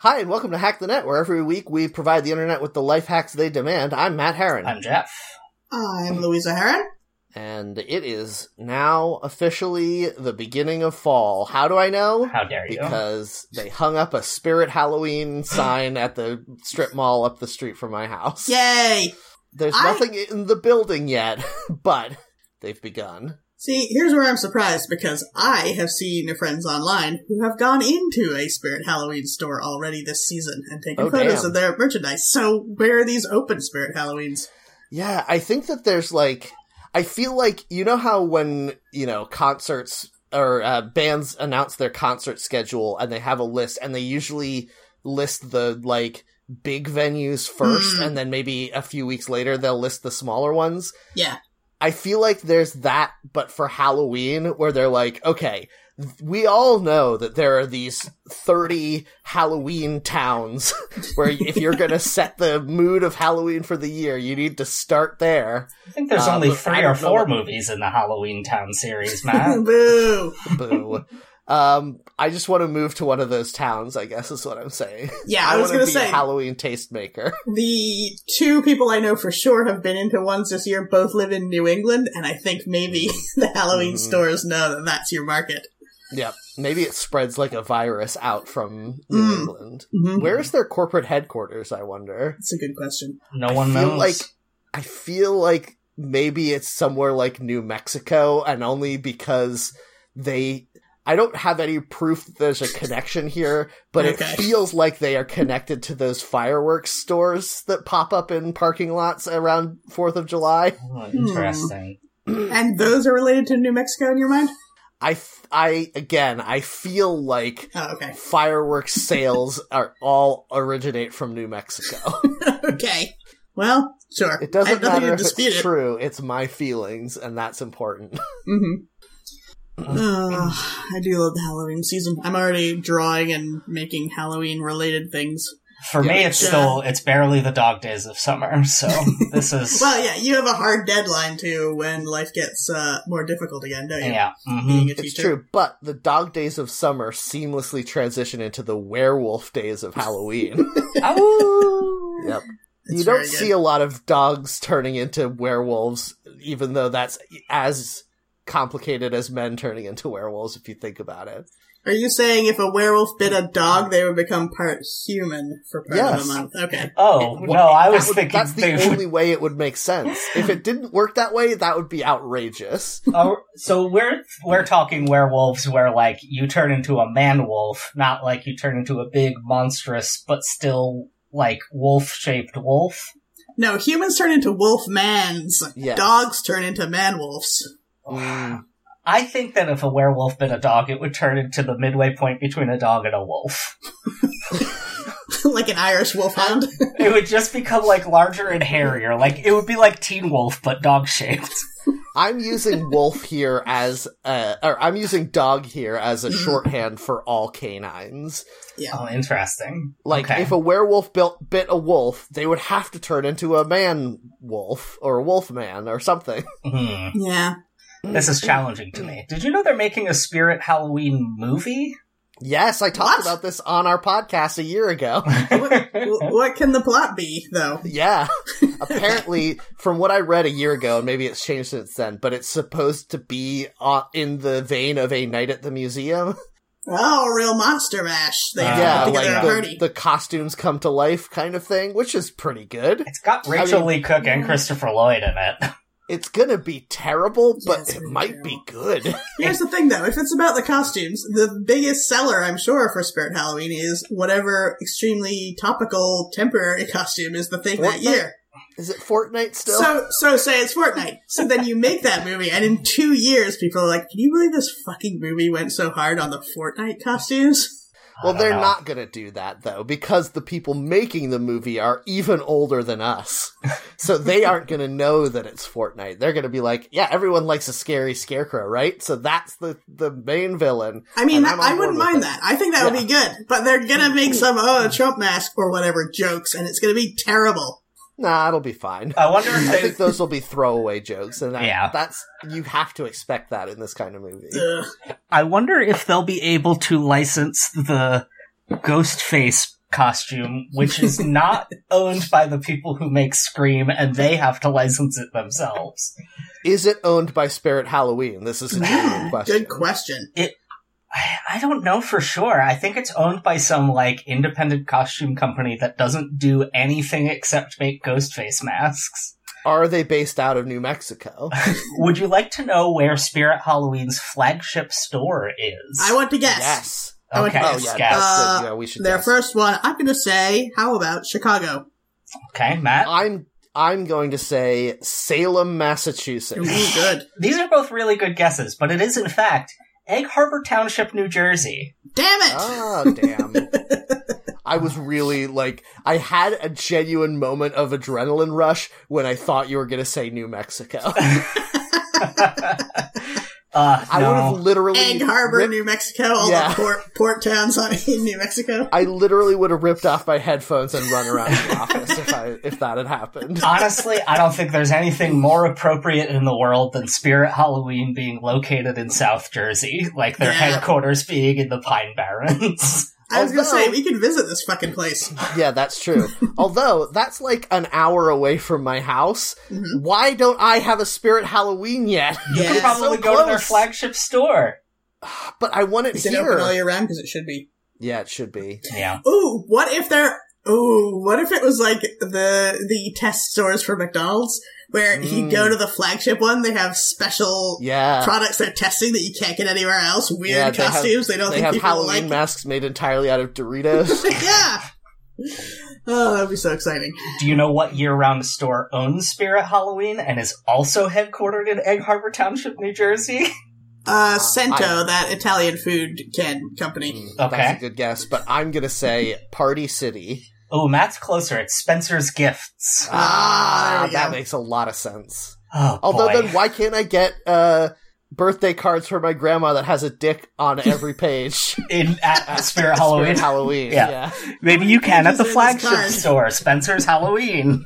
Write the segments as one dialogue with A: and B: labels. A: Hi, and welcome to Hack the Net, where every week we provide the internet with the life hacks they demand. I'm Matt Herron.
B: I'm Jeff.
C: I'm Louisa Herron.
A: and it is now officially the beginning of fall. How do I know?
B: How dare you?
A: Because they hung up a Spirit Halloween sign at the strip mall up the street from my house.
C: Yay!
A: There's
C: I-
A: nothing in the building yet, but they've begun.
C: See, here's where I'm surprised because I have seen friends online who have gone into a Spirit Halloween store already this season and taken
A: Oh,
C: photos
A: damn.
C: of their merchandise. So where are these open Spirit Halloweens?
A: Yeah, I think that there's like I feel like you know how when, you know, concerts or uh, bands announce their concert schedule and they have a list and they usually list the like big venues first
C: Hmm.
A: and then maybe a few weeks later they'll list the smaller ones.
C: Yeah.
A: I feel like there's that but for Halloween where they're like, okay, th- we all know that there are these 30 Halloween towns where if you're going to set the mood of Halloween for the year, you need to start there.
B: I think there's
A: Uh,
B: only
A: look, I
B: three
A: don't
B: or
A: know
B: four
A: what-
B: movies in the Halloween Town series, Matt.
C: Boo!
A: Boo. um, I just want to move to one of those towns. I guess is what I'm saying.
C: Yeah, I, was
A: want to
C: gonna
A: be
C: say
A: a Halloween tastemaker.
C: the two people I know for sure have been into ones this year. Both live in New England, and I think maybe the Halloween
A: Mhm.
C: stores know that that's your market.
A: yep. Maybe it spreads like a virus out from New
C: Mm.
A: England.
C: Mhm.
A: Where is their corporate headquarters? I wonder.
C: That's a good question.
B: No one
A: I feel
B: knows.
A: like I feel like maybe it's somewhere like New Mexico, and only because they. I don't have any proof that there's a connection here, but
C: Okay.
A: it feels like they are connected to those fireworks stores that pop up in parking lots around Fourth of July.
B: Oh, interesting.
C: And those are related to New Mexico in your mind?
A: I, f- I again, I feel like
C: Oh, okay.
A: fireworks sales are all originate from New Mexico.
C: okay. Well, sure.
A: It
C: I have
A: doesn't
C: nothing
A: matter
C: to
A: if it's
C: dispute it.
A: true; it's my feelings, and that's important.
C: Mm-hmm. I do love the Halloween season. I'm already drawing and making Halloween related things.
B: For me,
A: Yeah.
B: it's still it's barely the dog days of summer, so this is
C: Well, yeah, you have a hard deadline too when life gets uh, more difficult again, don't you?
B: yeah. hmm
C: Being a
A: It's
C: teacher.
A: true, but the dog days of summer seamlessly transition into the werewolf days of Halloween.
B: Ow.
A: yep.
C: It's
A: you don't
C: very good.
A: see a lot of dogs turning into werewolves, even though that's as complicated as men turning into werewolves if you think about it.
C: Are you saying if a werewolf bit a dog, they would become part human for part of
A: Yes.
C: the month? Okay.
B: Oh
A: It would-
B: no, I
A: that
B: was
A: would-
B: thinking
A: that's
B: they
A: the
B: would-
A: only way it would make sense. If it didn't work that way, that would be outrageous.
B: Oh, so we're we're talking werewolves where like you turn into a man wolf, not like you turn into a big monstrous but still like wolf shaped wolf.
C: No, humans turn into wolf mans.
A: Yes.
C: Dogs turn into man wolves.
A: Mm.
B: I think that if a werewolf bit a dog, it would turn into the midway point between a dog and a wolf.
C: like an Irish wolfhound.
B: It would just become like larger and hairier. Like it would be like Teen Wolf but dog shaped.
A: I'm using wolf here as, uh, or I'm using dog here as a shorthand for all canines. Uh-huh.
C: yeah.
B: Oh, interesting.
A: Like,
B: Okay.
A: if a werewolf built, bit a wolf, they would have to turn into a man wolf or a wolf man or something.
B: Hmm.
C: Yeah.
B: This is challenging to me. Did you know they're making a Spirit Halloween movie?
A: Yes, I talked
C: What?
A: about this on our podcast a year ago.
C: W- what can the plot be, though?
A: Yeah. Apparently, from what I read a year ago, and maybe it's changed since then, but it's supposed to be uh, in the vein of a night at the museum.
C: Oh, real monster mash. They
B: Uh,
C: have
A: yeah,
C: to put
A: like
C: together a
A: the,
C: party.
A: the costumes come to life kind of thing, which is pretty good.
B: It's got Rachel Lee Cook and Christopher Lloyd in it.
A: It's gonna be terrible, but
C: it's
A: it
C: gonna be
A: might be good.
C: Here's the thing, though. If it's about the costumes, the biggest seller, I'm sure, for Spirit Halloween is whatever extremely topical temporary costume is the thing
A: Fortnite?
C: that year.
A: Is it Fortnite still?
C: So, so say it's Fortnite. So then you make that movie, and in two years, people are like, "Can you believe this fucking movie went so hard on the Fortnite costumes?"
A: well,
B: I don't
A: they're
B: know.
A: not gonna do that though, because the people making the movie are even older than us. so they aren't gonna know that it's Fortnite. They're gonna be like, yeah, everyone likes a scary scarecrow, right? So that's the, the main villain.
C: I mean,
A: And I'm on
C: I
A: board
C: wouldn't
A: with
C: mind
A: it.
C: that. I think that would
A: Yeah.
C: be good. But they're gonna make some oh a Trump mask or whatever jokes, and it's gonna be terrible.
A: Nah, it'll be fine.
B: I wonder if
A: I
B: they
A: think those will be throwaway jokes, and that,
B: Uh, Yeah.
A: that's you have to expect that in this kind of movie.
C: Ugh.
B: I wonder if they'll be able to license the Ghostface costume, which is not owned by the people who make Scream, and they have to license it themselves.
A: Is it owned by Spirit Halloween? This is a genuine question.
C: Good question.
B: I, I don't know for sure. I think it's owned by some like independent costume company that doesn't do anything except make ghost face masks.
A: Are they based out of New Mexico?
B: Would you like to know where Spirit Halloween's flagship store is?
C: I want to guess.
A: yes.
C: I would
B: okay,
A: Oh
C: guess.
A: yeah,
B: Scott.
A: that's
C: Uh,
A: good. yeah. We should.
C: Their
A: guess.
C: first one, I'm going to say, how about Chicago?
B: okay, Matt.
A: I'm I'm going to say Salem,
C: Ooh,
A: Massachusetts.
C: good.
B: These are both really good guesses, but it is in fact Egg Harbor Township, New Jersey.
C: Damn it!
A: Ah, damn. I was really like, I had a genuine moment of adrenaline rush when I thought you were going to say New Mexico.
B: Uh,
A: I
B: no.
A: would have literally
C: Egg Harbor,
A: ripped-
C: New Mexico, all
A: Yeah.
C: the port, port towns on, in New Mexico.
A: I literally would have ripped off my headphones and run around the office if I if that had happened.
B: Honestly, I don't think there's anything more appropriate in the world than Spirit Halloween being located in South Jersey, like their
C: Yeah.
B: headquarters being in the Pine Barrens.
C: I was going to
A: Although-
C: say, we can visit this fucking place.
A: Yeah, that's true. Although that's like an hour away from my house.
C: Mhm.
A: Why don't I have a Spirit Halloween yet?
B: You
C: Yeah.
B: could probably
A: So
B: go to their
A: close.
B: flagship store.
A: But I want it
C: Is it open all
A: here.
C: year round? Because it should be.
A: Yeah, it should be.
B: Yeah.
C: Ooh, what if they're. Ooh, what if it was like the the test stores for McDonald's, where if you
A: Mm.
C: go to the flagship one, they have special
A: Yeah.
C: products they're testing that you can't get anywhere else. Weird
A: Yeah, they have-
C: costumes they don't
A: They
C: think
A: have
C: people will
A: Halloween
C: like.
A: masks made entirely out of Doritos.
C: yeah. Oh, that'd be so exciting.
B: Do you know what year round store owns Spirit Halloween and is also headquartered in Egg Harbor Township, New Jersey?
C: Uh, Cento,
A: I-
C: that Italian food can company.
A: Mm,
B: Okay.
A: That's a good guess, but I'm gonna say Party City.
B: Oh, Matt's closer. It's Spencer's Gifts.
C: Ah, there we
A: that
C: go.
A: makes a lot of sense.
B: Oh,
A: Although
B: boy.
A: then why can't I get uh birthday cards for my grandma that has a dick on every page?
B: in, at Spirit Halloween.
A: Spirit Halloween.
B: Yeah.
A: yeah.
B: Maybe you can at the
C: Pages in his
B: flagship
C: card.
B: store, Spencer's Halloween.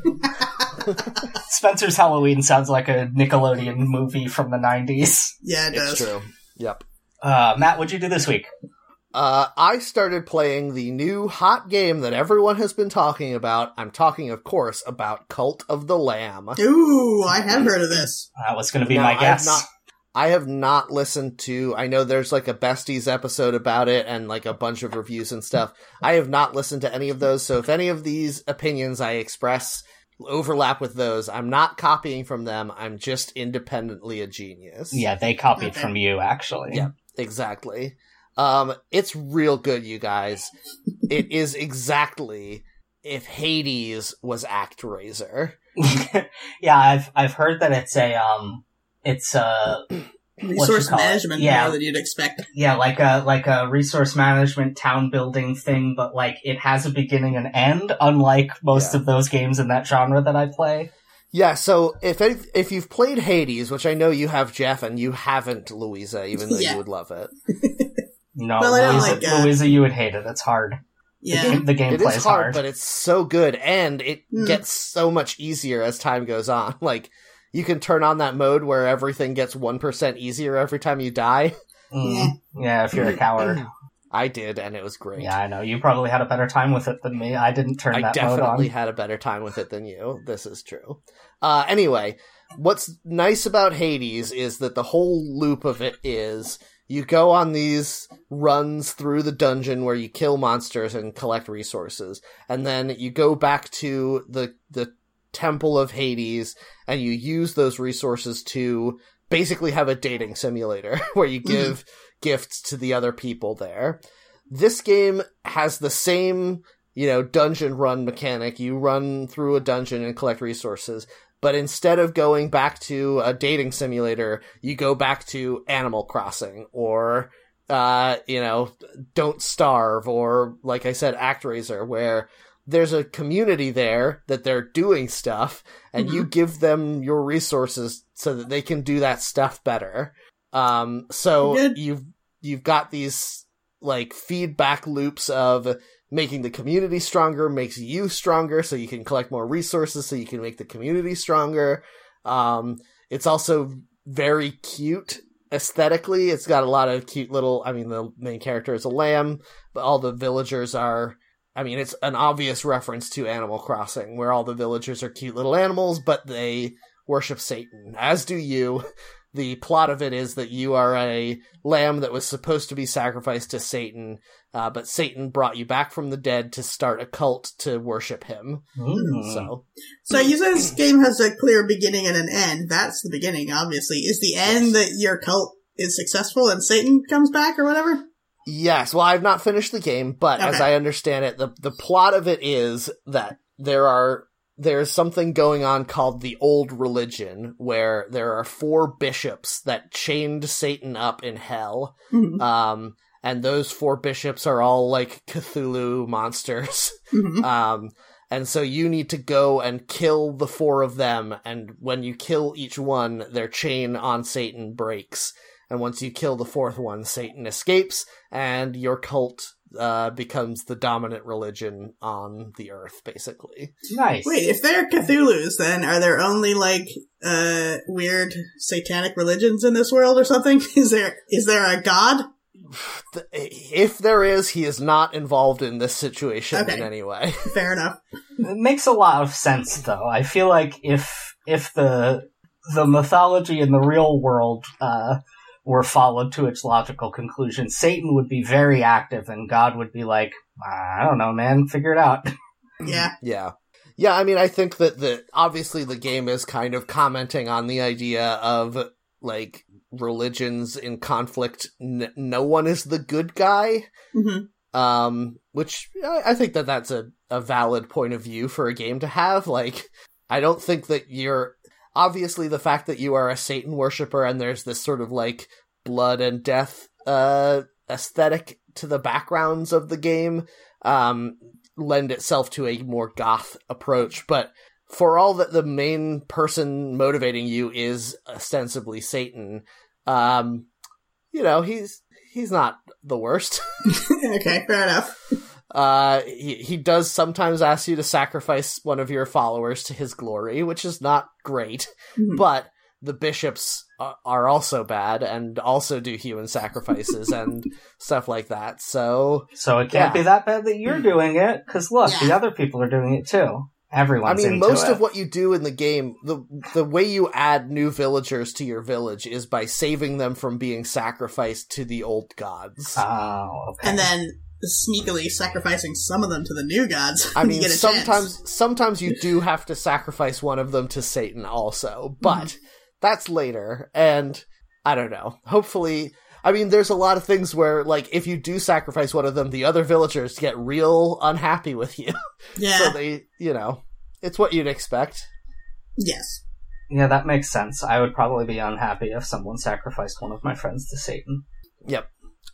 B: Spencer's Halloween sounds like a Nickelodeon movie from the 90s.
C: Yeah, it
A: It's
C: does.
A: true. Yep.
B: Uh, Matt, what'd you do this week?
A: Uh, I started playing the new hot game that everyone has been talking about. I'm talking, of course, about Cult of the Lamb.
C: Ooh, I have heard of this.
B: That was going to Uh, be
A: No,
B: my
A: I've
B: guess.
A: not- I have not listened to. I know there's like a besties episode about it and like a bunch of reviews and stuff. I have not listened to any of those. So if any of these opinions I express overlap with those, I'm not copying from them. I'm just independently a genius.
B: Yeah, they copied
C: Okay.
B: from you, actually.
A: Yeah. Exactly. Um, it's real good, you guys. it is exactly if Hades was Actraiser.
B: yeah, I've I've heard that it's a um, it's a
C: Resource
B: call it?
C: management
B: Yeah.
C: more than you'd expect.
B: yeah, like a like a resource management town building thing, but like it has a beginning and end, unlike most
A: Yeah.
B: of those games in that genre that I play.
A: Yeah, so if if you've played Hades, which I know you have, Jeff, and you haven't, Louisa, even though
C: Yeah.
A: you would love it,
B: No,
C: Well, I don't
B: Louisa,
C: like, uh,
B: Louisa, you would hate it. It's hard.
C: Yeah.
B: the
A: it
B: gameplay
A: is
B: is
A: hard,
B: hard.
A: but it's so good, and it
C: Mm.
A: gets so much easier as time goes on. Like you can turn on that mode where everything gets one percent easier every time you die.
B: Mm. Yeah, if you're a coward.
A: I did, and it was great.
B: Yeah, I know. You probably had a better time with it than me. I didn't turn
A: I
B: that
A: definitely
B: mode
A: had a better time with it than you. This is true. Uh, anyway, what's nice about Hades is that the whole loop of it is you go on these runs through the dungeon where you kill monsters and collect resources, and then you go back to the the temple of Hades and you use those resources to basically have a dating simulator where you give gifts to the other people there. This game has the same you know, dungeon run mechanic. You run through a dungeon and collect resources. But instead of going back to a dating simulator, you go back to Animal Crossing or, uh, you know, Don't Starve or, like I said, ActRaiser, where there's a community there that they're doing stuff and you give them your resources so that they can do that stuff better. Um, so
C: Good.
A: you've, you've got these, like, feedback loops of, making the community stronger makes you stronger so you can collect more resources so you can make the community stronger um, it's also very cute aesthetically it's got a lot of cute little i mean the main character is a lamb but all the villagers are I mean, it's an obvious reference to Animal Crossing, where all the villagers are cute little animals, but they worship Satan, as do you. The plot of it is that you are a lamb that was supposed to be sacrificed to Satan, uh, but Satan brought you back from the dead to start a cult to worship him.
B: Mm.
A: So,
C: So you said this game has a clear beginning and an end. That's the beginning, obviously. Is the end that your cult is successful and Satan comes back or whatever?
A: yes, well, I've not finished the game, but as
C: Okay.
A: I understand it, the, the plot of it is that there are there's something going on called the old religion where there are four bishops that chained Satan up in hell
C: hmm
A: Um, and those four bishops are all like Cthulhu monsters.
C: hmm
A: Um, and so you need to go and kill the four of them. And when you kill each one, their chain on Satan breaks. And once you kill the fourth one, Satan escapes, and your cult uh, becomes the dominant religion on the earth, basically.
B: Nice.
C: Wait, if they're Cthulhu's, then are there only like uh weird satanic religions in this world or something? Is there is there a god?
A: Th- If there is, he is not involved in this situation in
C: Okay.
A: any way.
C: Fair enough.
B: It makes a lot of sense though. I feel like if if the the mythology in the real world uh, were followed to its logical conclusion, Satan would be very active, and God would be like, I don't know, man, figure it out.
A: Mm-hmm.
C: Yeah.
A: Yeah. Yeah, I mean, I think that the obviously the game is kind of commenting on the idea of like religions in conflict. N- no one is the good guy,
C: hmm
A: um, which I, I think that that's a, a valid point of view for a game to have. Like, I don't think that you're obviously the fact that you are a Satan worshiper and there's this sort of like blood and death uh, aesthetic to the backgrounds of the game um, lend itself to a more goth approach, but. For all that the main person motivating you is ostensibly Satan, um, you know he's he's not the worst.
C: okay, fair enough.
A: Uh, he, he does sometimes ask you to sacrifice one of your followers to his glory, which is not great,
C: Mhm.
A: but the bishops are, are also bad and also do human sacrifices and stuff like that. So,
B: So it can't
A: Yeah.
B: be that bad that you're
C: Hmm.
B: doing it, because look, the
C: Yeah.
B: other people are doing it too. Everyone's
A: I mean,
B: into
A: most
B: it.
A: of what you do in the game, the the way you add new villagers to your village is by saving them from being sacrificed to the old gods.
B: Oh, okay.
C: And then sneakily sacrificing some of them to the new gods.
A: I
C: when
A: mean,
C: you get a chance.
A: sometimes sometimes you do have to sacrifice one of them to Satan, also, but
C: Mm-hmm.
A: that's later. And I don't know. Hopefully, I mean, there's a lot of things where, like, if you do sacrifice one of them, the other villagers get real unhappy with you.
C: Yeah.
A: so they, you know, it's what you'd expect.
C: yes.
B: yeah, that makes sense. I would probably be unhappy if someone sacrificed one of my friends to Satan.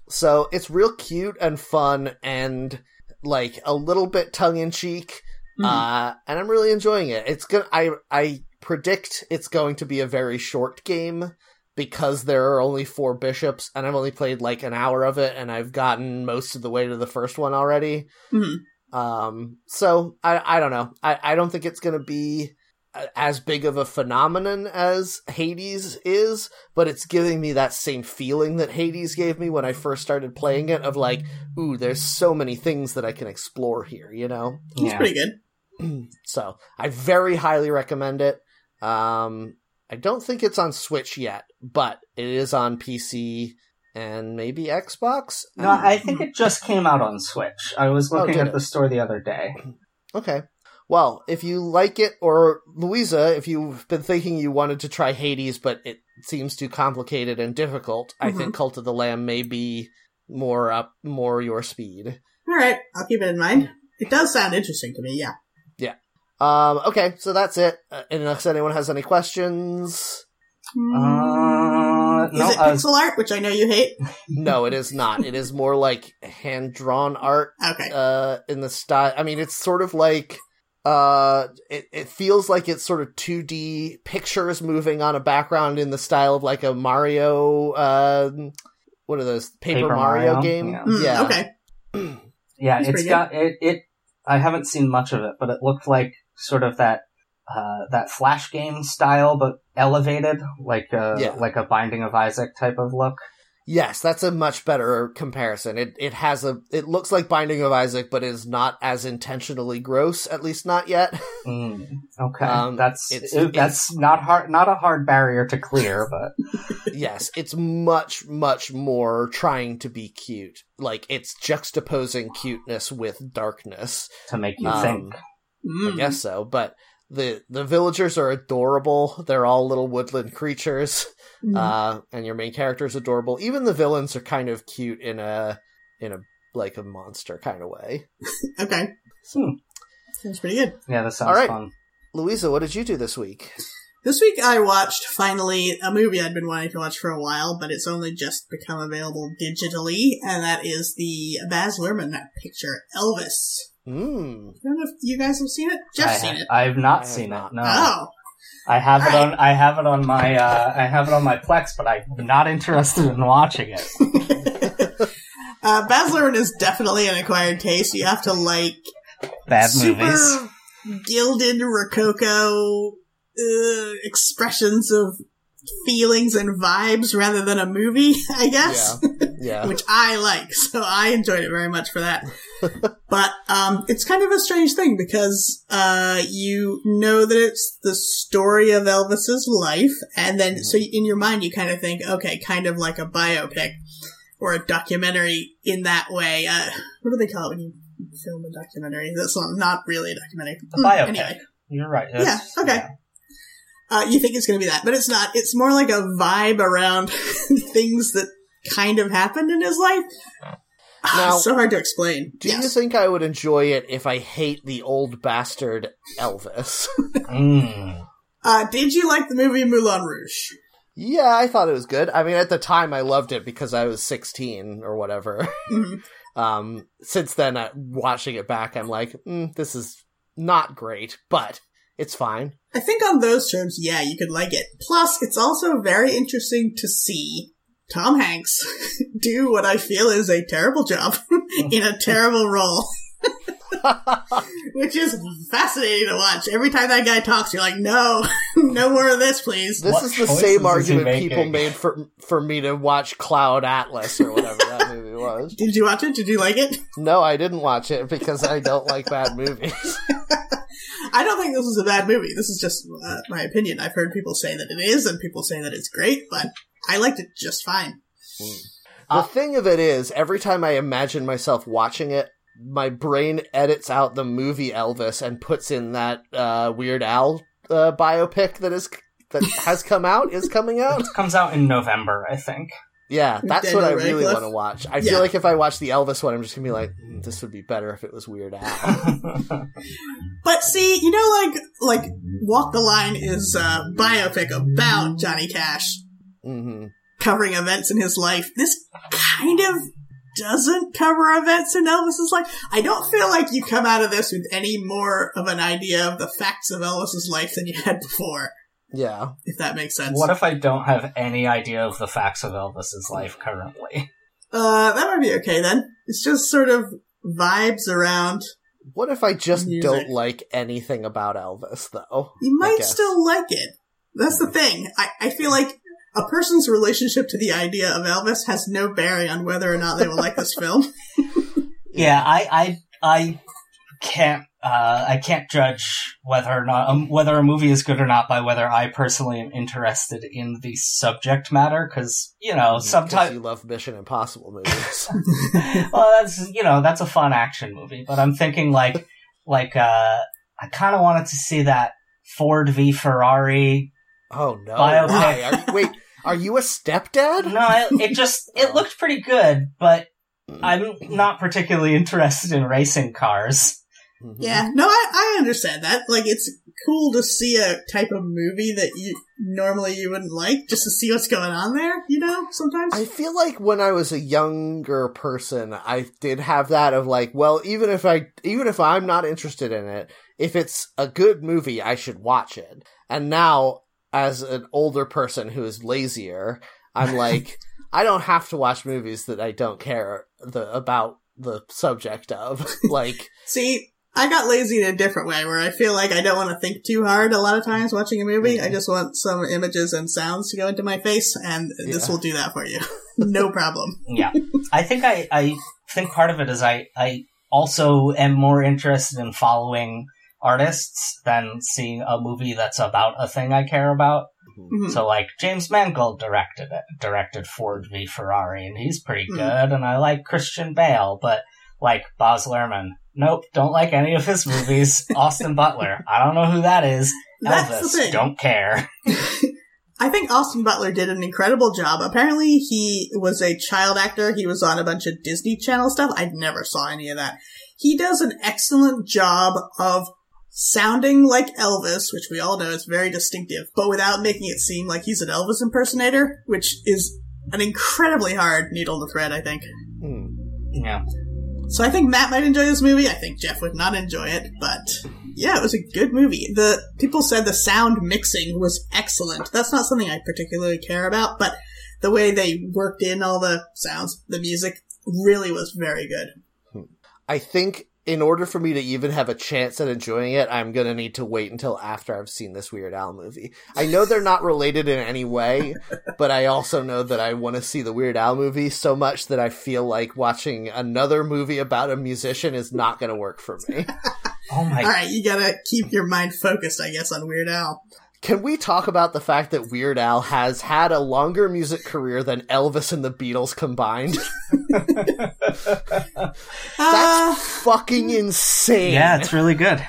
A: So it's real cute and fun and like a little bit tongue in cheek. Uh, and I'm really enjoying it. It's good. I I predict it's going to be a very short game because there are only four bishops, and I've only played like an hour of it, and I've gotten most of the way to the first one already.
C: Mhm.
A: Um, so I I don't know. I I don't think it's going to be a- as big of a phenomenon as Hades is, but it's giving me that same feeling that Hades gave me when I first started playing it of like, ooh, there's so many things that I can explore here, you know?
C: It's
B: Yeah.
C: pretty good.
A: so I very highly recommend it. Um, I don't think it's on Switch yet, but it is on PC and maybe Xbox.
B: No, I think it just came out on Switch. I was
A: Oh,
B: looking
A: did
B: at
A: it?
B: the store the other day.
A: Okay. Well, if you like it, or Louisa, if you've been thinking you wanted to try Hades, but it seems too complicated and difficult, I
C: Mhm.
A: think Cult of the Lamb may be more up, more your speed.
C: All right, I'll keep it in
A: Mm.
C: mind. It does sound interesting to me. Yeah.
A: Um, okay, so that's it. Uh, unless anyone has any questions.
B: Uh,
C: Mm. Is
B: no,
C: it
A: uh,
B: I was-
C: pixel art, which I know you hate?
A: No, it is not. It is more like hand drawn art
C: Okay.
A: uh in the style i mean it's sort of like uh it, it feels like it's sort of 2d pictures moving on a background in the style of like a mario um what are those paper,
B: Paper
A: mario,
B: Mario,
A: game
B: yeah.
C: Hmm,
A: yeah
C: Okay.
B: yeah,
C: It's
B: it's
C: pretty
B: got it, it. I haven't seen much of it, but it looked like sort of that uh, that flash game style, but elevated, like a
A: Yeah.
B: like a Binding of Isaac type of look.
A: Yes, that's a much better comparison. It it has a it looks like Binding of Isaac, but is not as intentionally gross, at least not yet.
B: Mm, okay,
A: Um,
B: that's
A: it's-
B: it- that's not hard, not a hard barrier to clear, but
A: yes, it's much much more trying to be cute. Like it's juxtaposing cuteness with darkness.
B: to make you
A: Um,
B: think.
A: I
C: Mm-hmm. Mm.
A: guess so, but the the villagers are adorable. They're all little woodland creatures.
C: Mm-hmm. Mm.
A: uh, and your main character is adorable. Even the villains are kind of cute in a in a like a monster kind of way.
C: okay.
B: Hmm.
C: Sounds pretty good.
B: Yeah, that sounds
A: All right.
B: fun.
A: Louisa, what did you do this week?
C: This week I watched finally a movie I'd been wanting to watch for a while, but it's only just become available digitally, and that is the Baz Luhrmann picture Elvis.
A: Mm.
C: I don't know if you guys have seen it. Jeff's
B: I,
C: seen
B: ha-
C: it.
B: I've not
A: I have
B: seen
A: not. Ah,
B: it. No,
C: Oh,
B: I have it
C: All
B: on. I have it on my. Uh, I have it on my Plex, but I'm not interested in watching it.
C: uh, Baz Luhrmann is definitely an acquired taste. You have to like
B: Bad
C: super
B: movies.
C: gilded rococo uh, expressions of feelings and vibes rather than a movie, I guess.
A: Yeah.
C: which I like, so I enjoyed it very much for that. but um, it's kind of a strange thing because uh, you know that it's the story of Elvis's life, and then so
B: Mm-hmm.
C: in your mind you kind of think, okay, kind of like a biopic or a documentary in that way. Uh, what do they call it when you film a documentary? That's not, not really a documentary.
B: A biopic.
C: Anyway.
B: You're right.
C: Yeah, okay. Uh, you think it's going to be that, but it's not. It's more like a vibe around things that kind of happened in his life. Ah,
A: Now-
C: so hard to explain.
A: Do you
C: Yes.
A: think I would enjoy it if I hate the old bastard Elvis?
B: Mm.
C: uh, did you like the movie Moulin Rouge?
A: yeah, I thought it was good. I mean, at the time, I loved it because I was 16 or whatever.
C: Mhm.
A: Um, since then, I, watching it back, I'm like, mm, this is not great, but it's fine.
C: I think on those terms, yeah, you could like it. Plus, it's also very interesting to see Tom Hanks do what I feel is a terrible job in a terrible role. Which is fascinating to watch. Every time that guy talks, you're like, no, no more of this, please.
A: This
B: What
A: is the
B: choices is
A: same
B: he
A: argument
B: making?
A: people made for for me to watch Cloud Atlas or whatever that movie was.
C: Did you watch it? Did you like it?
A: No, I didn't watch it because I don't like bad movies.
C: I don't think this is a bad movie. This is just uh, my opinion. I've heard people say that it is, and people say that it's great, but I liked it just fine.
A: The thing of it is, every time I imagine myself watching it, my brain edits out the movie Elvis and puts in that uh, Weird Al uh, biopic that is that has come out is coming out.
B: It comes out in November, I think.
A: Yeah,
C: With
A: that's
C: Daniel
A: what I really
C: Radcliffe?
A: want to watch. I
C: Yeah. Mm-hmm.
A: feel like if I watch the Elvis one, I'm just gonna be like, "Mm, this would be better if it was Weird Al.
C: But see, you know, like like Walk the Line is a biopic about Johnny Cash
A: hmm
C: covering events in his life. This kind of doesn't cover events in Elvis's life. I don't feel like you come out of this with any more of an idea of the facts of Elvis's life than you had before.
A: Yeah.
C: If that makes sense.
B: what if I don't have any idea of the facts of Elvis's life currently?
C: Uh, that might be okay then. It's just sort of vibes around.
A: What if I just
C: Music.
A: don't like anything about Elvis, though?
C: You might
A: guess.
C: still like it. That's the thing. I, I feel like a person's relationship to the idea of Elvis has no bearing on whether or not they will like this film.
B: Yeah, I, I, I can't, uh, I can't judge whether or not um, whether a movie is good or not by whether I personally am interested in the subject matter. Because you know,
A: Mm, 'Cause
B: sometimes
A: you love Mission Impossible movies.
B: well, that's you know that's a fun action movie, but I'm thinking like like uh, I kind of wanted to see that Ford v Ferrari.
A: oh no!
B: Biopic.
A: Why? Are you, wait, are you a stepdad?
B: No, it, it just it looked pretty good, but
A: Mm-hmm.
B: I'm not particularly interested in racing cars.
A: Mhm.
C: yeah, no, I, I understand that. Like, it's cool to see a type of movie that you normally you wouldn't like just to see what's going on there, you know, sometimes.
A: I feel like when I was a younger person, I did have that of like, well, even if I, even if I'm not interested in it, if it's a good movie, I should watch it. And now, as an older person who is lazier, I'm like, I don't have to watch movies that I don't care the, about the subject of. Like,
C: see, I got lazy in a different way where I feel like I don't want to think too hard a lot of times watching a movie. I just want some images and sounds to go into my face and this
A: Yeah.
C: will do that for you. no problem.
B: yeah i think i i think part of it is i i also am more interested in following artists than seeing a movie that's about a thing i care about
C: Mhm.
B: so like james mangold directed it directed ford v ferrari and he's pretty
C: Mhm.
B: good and i like christian bale but like boz lerman nope don't like any of his movies austin butler i don't know who that is
C: That's the
B: elvis
C: thing.
B: don't care
C: I think Austin Butler did an incredible job. Apparently, he was a child actor. He was on a bunch of Disney Channel stuff. I never saw any of that. He does an excellent job of sounding like Elvis, which we all know is very distinctive, but without making it seem like he's an Elvis impersonator, which is an incredibly hard needle to thread, I think.
A: Hmm.
B: yeah
C: So I think Matt might enjoy this movie. I think Jeff would not enjoy it, but yeah, it was a good movie. The people said the sound mixing was excellent. That's not something I particularly care about, but the way they worked in all the sounds, the music really was very good.
A: I think in order for me to even have a chance at enjoying it, I'm gonna need to wait until after I've seen this Weird Al movie. I know they're not related in any way, but I also know that I want to see the Weird Al movie so much that I feel like watching another movie about a musician is not gonna work for me.
B: oh my
C: All right, you gotta keep your mind focused, I guess, on Weird Al.
A: Can we talk about the fact that Weird Al has had a longer music career than Elvis and the Beatles combined?
C: Uh,
A: That's fucking insane.
B: yeah it's really good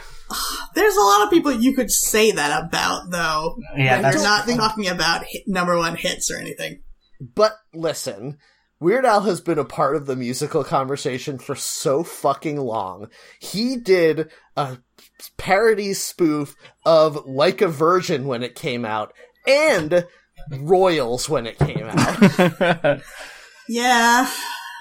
C: there's a lot of people you could say that about, though.
B: yeah
C: when
B: that's
C: you're not talking about hit, number one hits or anything.
A: But listen, Weird Al has been a part of the musical conversation for so fucking long. He did a parody spoof of Like a Virgin when it came out and Royals when it came out.
C: Yeah.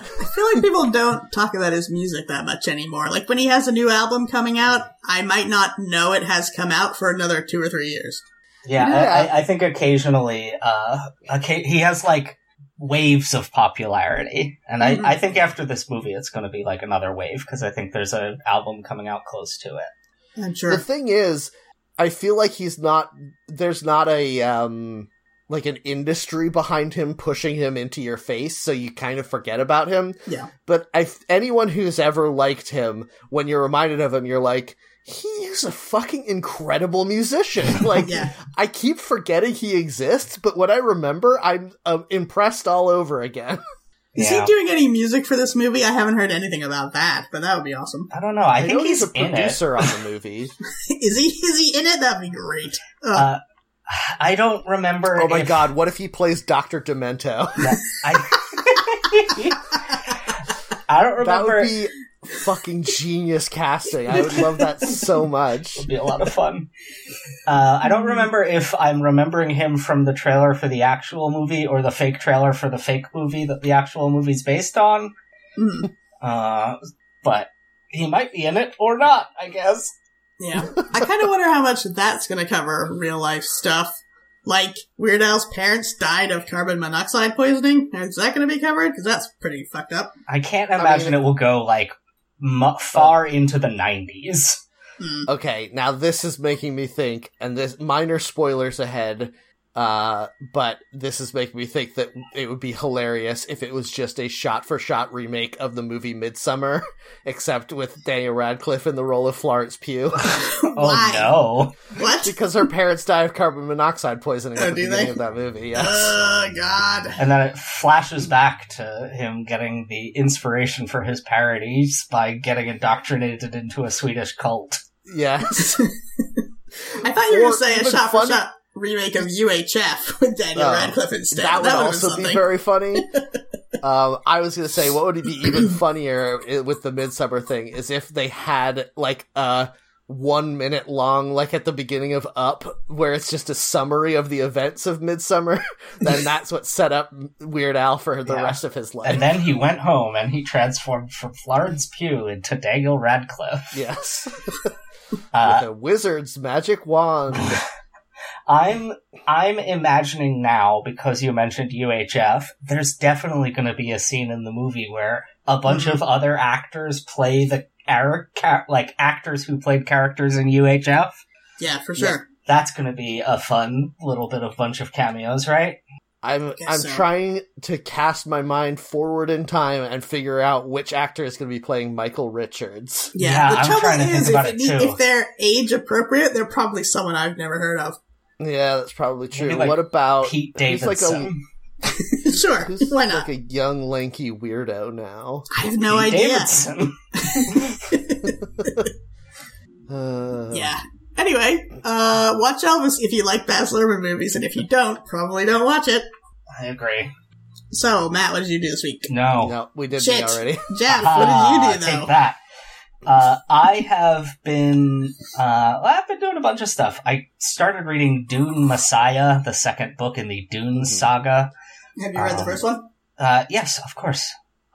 C: I feel like people don't talk about his music that much anymore. Like when he has a new album coming out, I might not know it has come out for another two or three years.
B: Yeah,
A: Yeah.
B: I, I, I think occasionally, uh, okay, he has like waves of popularity, and
A: Mm-hmm.
C: Mhm.
B: I, I think after this movie, it's going to be like another wave because I think there's an album coming out close to it.
C: I'm
A: the
C: sure.
A: thing is, I feel like he's not there's not a um like an industry behind him pushing him into your face, so you kind of forget about him.
C: Yeah.
A: But I, anyone who's ever liked him, when you're reminded of him, you're like, he is a fucking incredible musician. Like,
C: Yeah.
A: I keep forgetting he exists, but when I remember, I'm uh, impressed all over again.
C: Is
B: yeah.
C: he doing any music for this movie? I haven't heard anything about that, but that would be awesome.
B: I don't know.
A: know
B: I, think he's,
A: a
B: in it.
A: producer on the movie.
C: Is he is he in it? That'd be great. Ugh.
B: Uh, I don't remember.
A: oh my
B: if-
A: god, what if he plays Doctor Demento?
B: I, I don't
A: That
B: remember.
A: would be fucking genius casting. I would love that so much.
B: It'll be a lot of fun. Uh, I don't remember if I'm remembering him from the trailer for the actual movie or the fake trailer for the fake movie that the actual movie's based on.
C: Mm.
B: Uh, but he might be in it or not, I guess.
C: Yeah. I kind of wonder how much that's going to cover real life stuff. Like Weird Al's parents died of carbon monoxide poisoning. Is that going to be covered? Because that's pretty fucked up.
B: I can't imagine it will go like mu- far into the 90s.
C: Mm.
A: Okay, now this is making me think, and this minor spoilers ahead, uh, but this is making me think that it would be hilarious if it was just a shot for shot remake of the movie Midsummer, except with Daniel Radcliffe in the role of Florence Pugh.
C: Why?
B: Oh
C: What?
A: because her parents die of carbon monoxide poisoning at
C: Oh,
A: the
C: do
A: beginning
C: they?
A: of that movie, yes.
C: Oh God!
B: no. And then it flashes back to him getting the inspiration for his parodies by getting indoctrinated into a Swedish cult.
A: yes.
C: I thought you were
A: Or
C: going to say a
A: even
C: shot for
A: funny-
C: shot remake of UHF with Daniel
A: Oh,
C: Radcliffe instead.
A: that would
C: would've
A: also
C: been
A: be
C: something.
A: very funny. um, I was gonna say, what would be even funnier i- with the Midsummer thing is if they had like a one minute long, like at the beginning of Up, where it's just a summary of the events of Midsummer. then that's what set up Weird Al for the
B: Yeah.
A: rest of his life.
B: And then he went home and he transformed from Florence Pugh into Daniel Radcliffe.
A: yes,
B: Uh,
A: with a wizard's magic wand.
B: I'm I'm imagining now because you mentioned UHF.
A: Mm-hmm.
B: There's definitely going to be a scene in the movie where a bunch of other actors play the char- char- like actors who played characters in UHF.
C: Yeah, for sure.
B: That's going to be a fun little bit of bunch of cameos, right?
A: I'm
C: Guess
A: I'm
C: so.
A: trying to cast my mind forward in time and figure out which actor is going to be playing Michael Richards.
C: Yeah.
B: Yeah,
C: the
B: I'm
C: trouble
B: trying to think
C: is,
B: about
C: if,
B: it, too.
C: if they're age appropriate, they're probably someone I've never heard of.
A: Yeah, that's probably true.
B: like,
A: what about
B: Pete
A: Oh, he's like a-
B: Davidson.
C: sure,
A: who's
C: why not?
A: like a young lanky weirdo now?
C: I have no
B: Pete
C: idea.
B: Davidson.
A: Uh,
C: Yeah. Anyway, uh, watch Elvis if you like Baz Luhrmann movies, and if you don't, probably don't watch it.
B: I agree.
C: So, Matt, what did you do this week?
B: No.
A: No, we did
C: Shit.
A: me already.
C: Jeff,
B: Ah,
C: what did you do
B: Take
C: though?
B: that. Uh, I have been. Uh, well, I've been doing a bunch of stuff. I started reading Dune Messiah, the second book in the Dune
C: Mm-hmm.
A: Mhm.
B: saga.
C: Have you read the
B: Um,
C: first one?
B: Uh, yes, of course,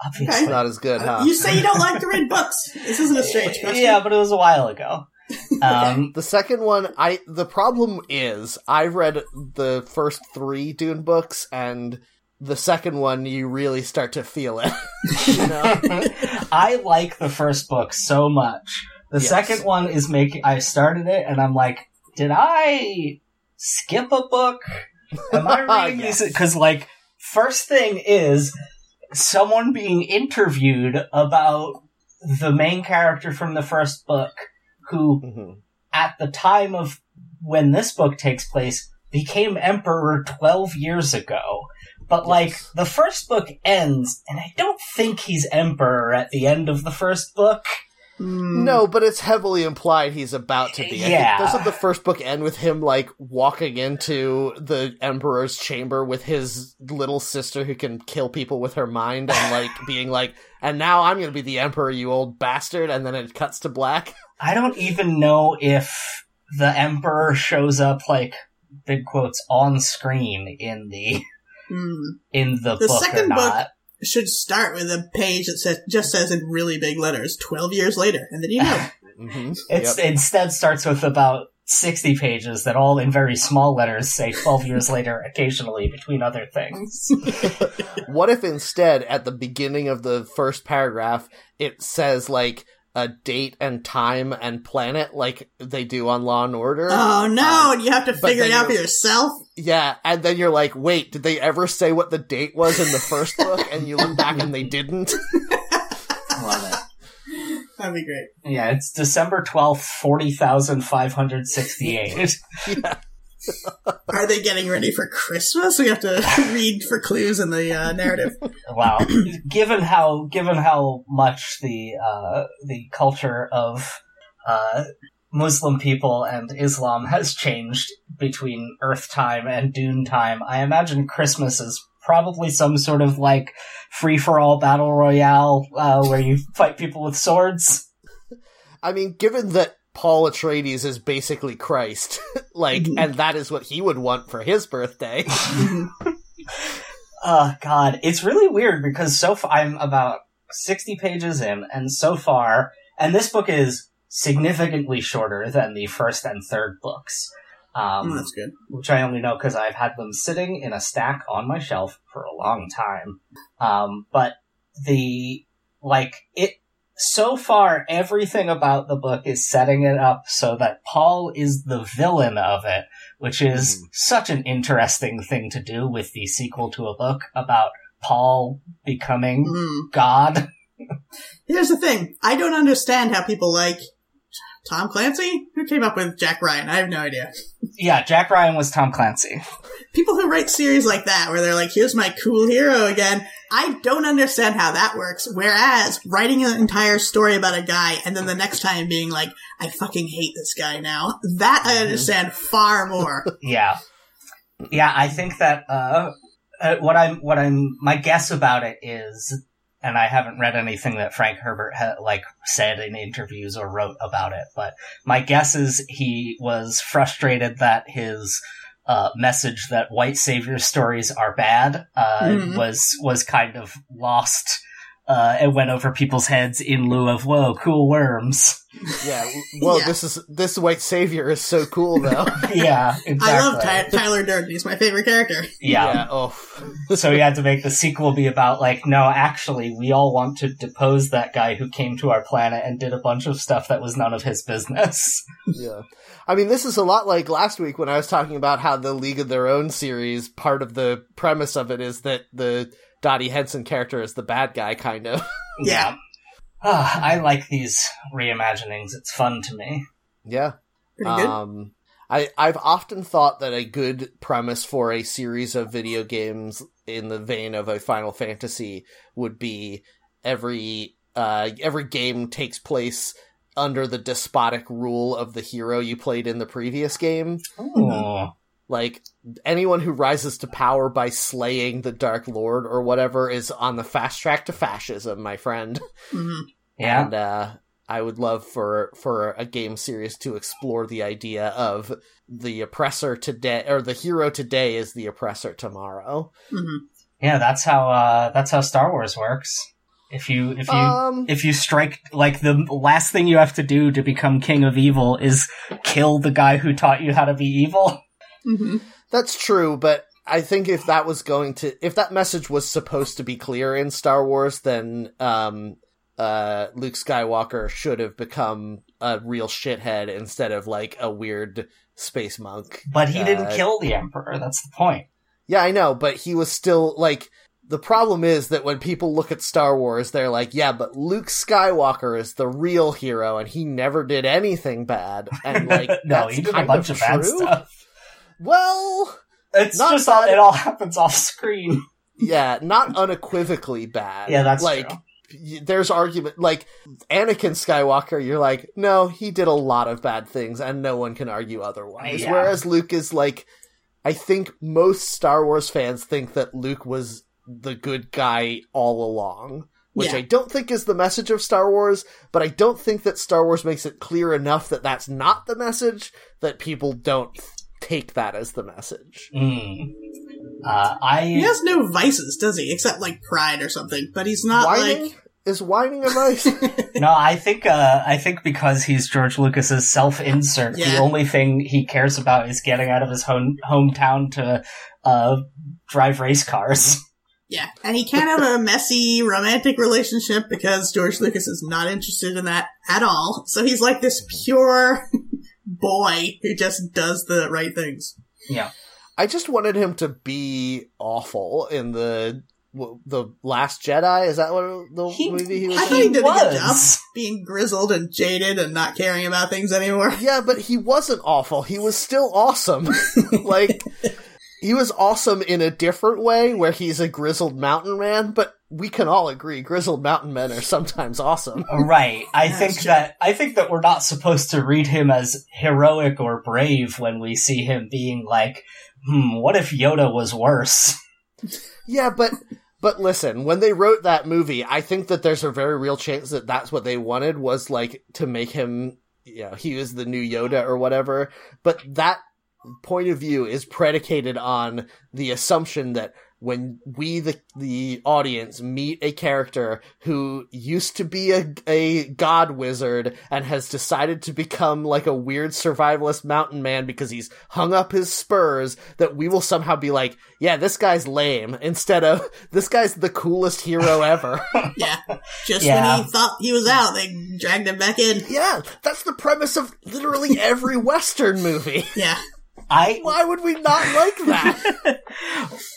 B: obviously.
A: It's not as good, huh?
C: You say you don't like to read books. This isn't a strange question.
B: uh, yeah, but it was a while ago. Um,
A: The second one, I the problem is I read the first three Dune books, and the second one you really start to feel it. you know?
B: I like the first book so much. The
A: Yes.
B: second one is making. I started it, and I'm like, did I skip a book? Am I reading these? Because like, first thing is someone being interviewed about the main character from the first book, who
A: Mhm.
B: at the time of when this book takes place became emperor 12 years ago but like
A: Yes.
B: the first book ends and i don't think he's emperor at the end of the first book
C: Hmm.
A: No, but it's heavily implied he's about to be. I
B: Yeah.
A: think, doesn't the first book end with him like walking into the emperor's chamber with his little sister who can kill people with her mind, and like being like, "And now I'm going to be the emperor, you old bastard," and then it cuts to black.
B: i don't even know if the emperor shows up like big quotes on screen in the
C: Hmm.
B: in the,
C: The
B: book or
C: second book-
B: not
C: Should start with a page that says, just says in really big letters, 12 years later, and then you know.
A: hmm
B: It's instead starts with about sixty pages that all in very small letters say twelve years later, occasionally between other things.
A: What if instead, at the beginning of the first paragraph, it says like a date and time and planet, like they do on Law and Order?
C: oh no,
A: Uh,
C: and you have to
A: but
C: figure it
A: then
C: out for
A: you-
C: yourself?
A: yeah, and then you're like, wait, did they ever say what the date was in the first book? And you look back and they didn't.
B: Love it.
C: That'd be great.
B: Yeah, it's December twelfth, forty thousand five hundred sixty-eight.
C: Are they getting ready for Christmas? We have to read for clues in the uh, narrative.
B: wow. given how given how much the uh, the culture of uh, Muslim people and Islam has changed between Earth time and Dune time, I imagine Christmas is probably some sort of like free for all battle royale uh, where you fight people with swords.
A: I mean, given that Paul Atreides is basically Christ, like, and that is what he would want for his birthday.
C: Mhm.
B: Oh God, it's really weird because so far I'm about sixty pages in, and so far, and this book is significantly shorter than the first and third books,
C: Mm,
B: um,
C: that's good.
B: which I only know because I've had them sitting in a stack on my shelf for a long time. Um, but the like it so far, everything about the book is setting it up so that Paul is the villain of it which is such an interesting thing to do with the sequel to a book about Paul becoming
C: Mm.
B: God.
C: Here's the thing. I don't understand how people like Tom Clancy? Who came up with Jack Ryan? I have no idea.
B: Yeah, Jack Ryan was Tom Clancy.
C: People who write series like that, where they're like, here's my cool hero again. I don't understand how that works. Whereas writing an entire story about a guy and then the next time being like, I fucking hate this guy now. That I understand far more.
B: Yeah, yeah. I think that uh, uh, what I'm, what I'm, my guess about it is, and I haven't read anything that Frank Herbert ha- like said in interviews or wrote about it, but my guess is he was frustrated that his uh, message that white savior stories are bad uh,
C: Mhm.
B: was was kind of lost uh, it went over people's heads in lieu of whoa, cool worms.
A: Yeah. Well,
C: Yeah.
A: this is this white savior is so cool though.
B: yeah, exactly.
C: I love Ty- Tyler Durden. He's my favorite character.
B: yeah.
A: Oh.
B: so we had to make the sequel be about like no actually we all want to depose that guy who came to our planet and did a bunch of stuff that was none of his business
A: Yeah. I mean, this is a lot like last week when I was talking about how the League of Their Own series, part of the premise of it is that the Dottie Henson character is the bad guy, kind of.
C: Yeah.
B: Ah, i like these reimaginings it's fun to me
A: yeah.
C: Pretty good.
A: Um, I, I've often thought that a good premise for a series of video games in the vein of a Final Fantasy would be every uh, every game takes place under the despotic rule of the hero you played in the previous game.
B: Ooh.
A: like anyone who rises to power by slaying the dark lord or whatever is on the fast track to fascism my friend
C: Mhm.
B: yeah
A: and uh i would love for for a game series to explore the idea of the oppressor today or the hero today is the oppressor tomorrow
C: Mhm.
B: yeah that's how uh that's how star wars works if you if you
A: um
B: if you strike like the last thing you have to do to become king of evil is kill the guy who taught you how to be evil
C: Mhm.
A: that's true but I think if that was going to, if that message was supposed to be clear in Star Wars, then um, uh, Luke Skywalker should have become a real shithead instead of like a weird space monk.
B: but he didn't
A: Uh,
B: kill the emperor that's the point
A: Yeah, I know, but he was still like. The problem is that when people look at Star Wars, they're like, yeah, but Luke Skywalker is the real hero and he never did anything bad. And like,
B: no
A: that's
B: he did a
A: kind
B: bunch of bad
A: true.
B: stuff
A: Well,
B: It's
A: Not
B: just all,
A: bad.
B: it all happens off screen.
A: yeah, not unequivocally bad.
B: Yeah, that's
A: like,
B: true.
A: y- there's argument like Anakin Skywalker. You're like, no, he did a lot of bad things, and no one can argue otherwise.
B: Yeah.
A: Whereas Luke is like, I think most Star Wars fans think that Luke was the good guy all along. Which
C: Yeah.
A: I don't think is the message of Star Wars, but I don't think that Star Wars makes it clear enough that that's not the message that people don't take that as the message.
B: Mm. Uh, I
C: He has no vices, does he? Except like pride or something. But he's not
A: whining
C: like
A: is whining a vice.
B: no, I think uh, I think because he's George Lucas's self-insert, the
C: Yeah.
B: only thing he cares about is getting out of his home- hometown to uh, drive race cars.
C: yeah, and he can't have a messy romantic relationship because George Lucas is not interested in that at all. So he's like this pure boy who just does the right things.
A: I just wanted him to be awful in the w- the Last Jedi. Is that what the
B: He-
A: movie he was?
C: I
A: in?
C: thought he did a good job
B: was.
C: being grizzled and jaded and not caring about things anymore.
A: Yeah, but he wasn't awful. He was still awesome. like he was awesome in a different way, where he's a grizzled mountain man. But we can all agree, grizzled mountain men are sometimes awesome.
B: Uh, Right. I
C: That's
B: think
C: true.
B: that I think that we're not supposed to read him as heroic or brave when we see him being like, hmm, what if Yoda was worse?
A: Yeah, but but listen, when they wrote that movie, I think that there's a very real chance that that's what they wanted was like to make him, you know, he was the new Yoda or whatever. But that point of view is predicated on the assumption that when we the the audience meet a character who used to be a, a god wizard and has decided to become like a weird survivalist mountain man because he's hung up his spurs that we will somehow be like yeah this guy's lame instead of this guy's the coolest hero ever
C: Yeah, just
B: Yeah.
C: when he thought he was out, they dragged him back in.
A: yeah that's the premise of literally every western movie
C: Yeah,
B: I
A: why would we not like that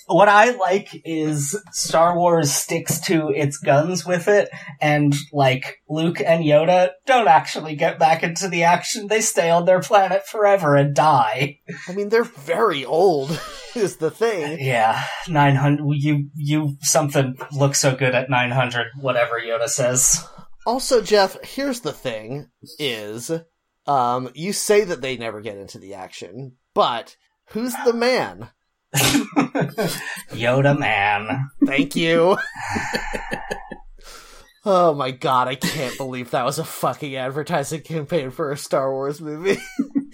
B: what I like is Star Wars sticks to its guns with it, and like Luke and Yoda don't actually get back into the action. They stay on their planet forever and die.
A: i mean they're very old is the thing
B: Yeah, nine hundred. You you something looks so good at nine hundred. Whatever Yoda says.
A: Also, Jeff, here's the thing is um you say that they never get into the action, but who's the man?
B: Yoda man.
A: Thank you. oh my god, I can't believe that was a fucking advertising campaign for a Star Wars movie.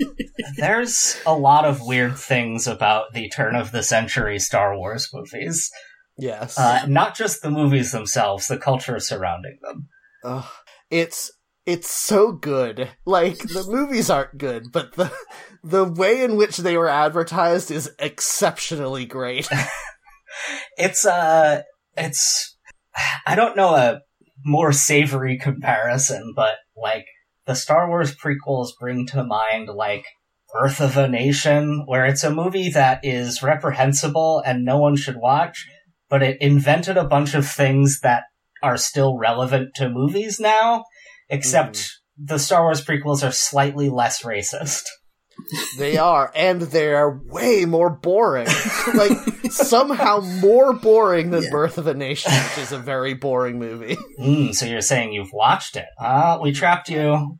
B: There's a lot of weird things about the turn of the century Star Wars movies.
A: Yes.
B: Uh, not just the movies themselves, the culture surrounding them.
A: Ugh. it's it's so good. Like the movies aren't good, but the the way in which they were advertised is exceptionally great.
B: It's uh it's I don't know a more savory comparison, but like the Star Wars prequels bring to mind like Birth of a Nation, where it's a movie that is reprehensible and no one should watch, but it invented a bunch of things that are still relevant to movies now, except
A: Mm.
B: the Star Wars prequels are slightly less racist.
A: they are, and they are way more boring. like somehow more boring than
C: Yeah.
A: Birth of a Nation, which is a very boring movie.
B: Mm, so you're saying you've watched it? Ah, we trapped you.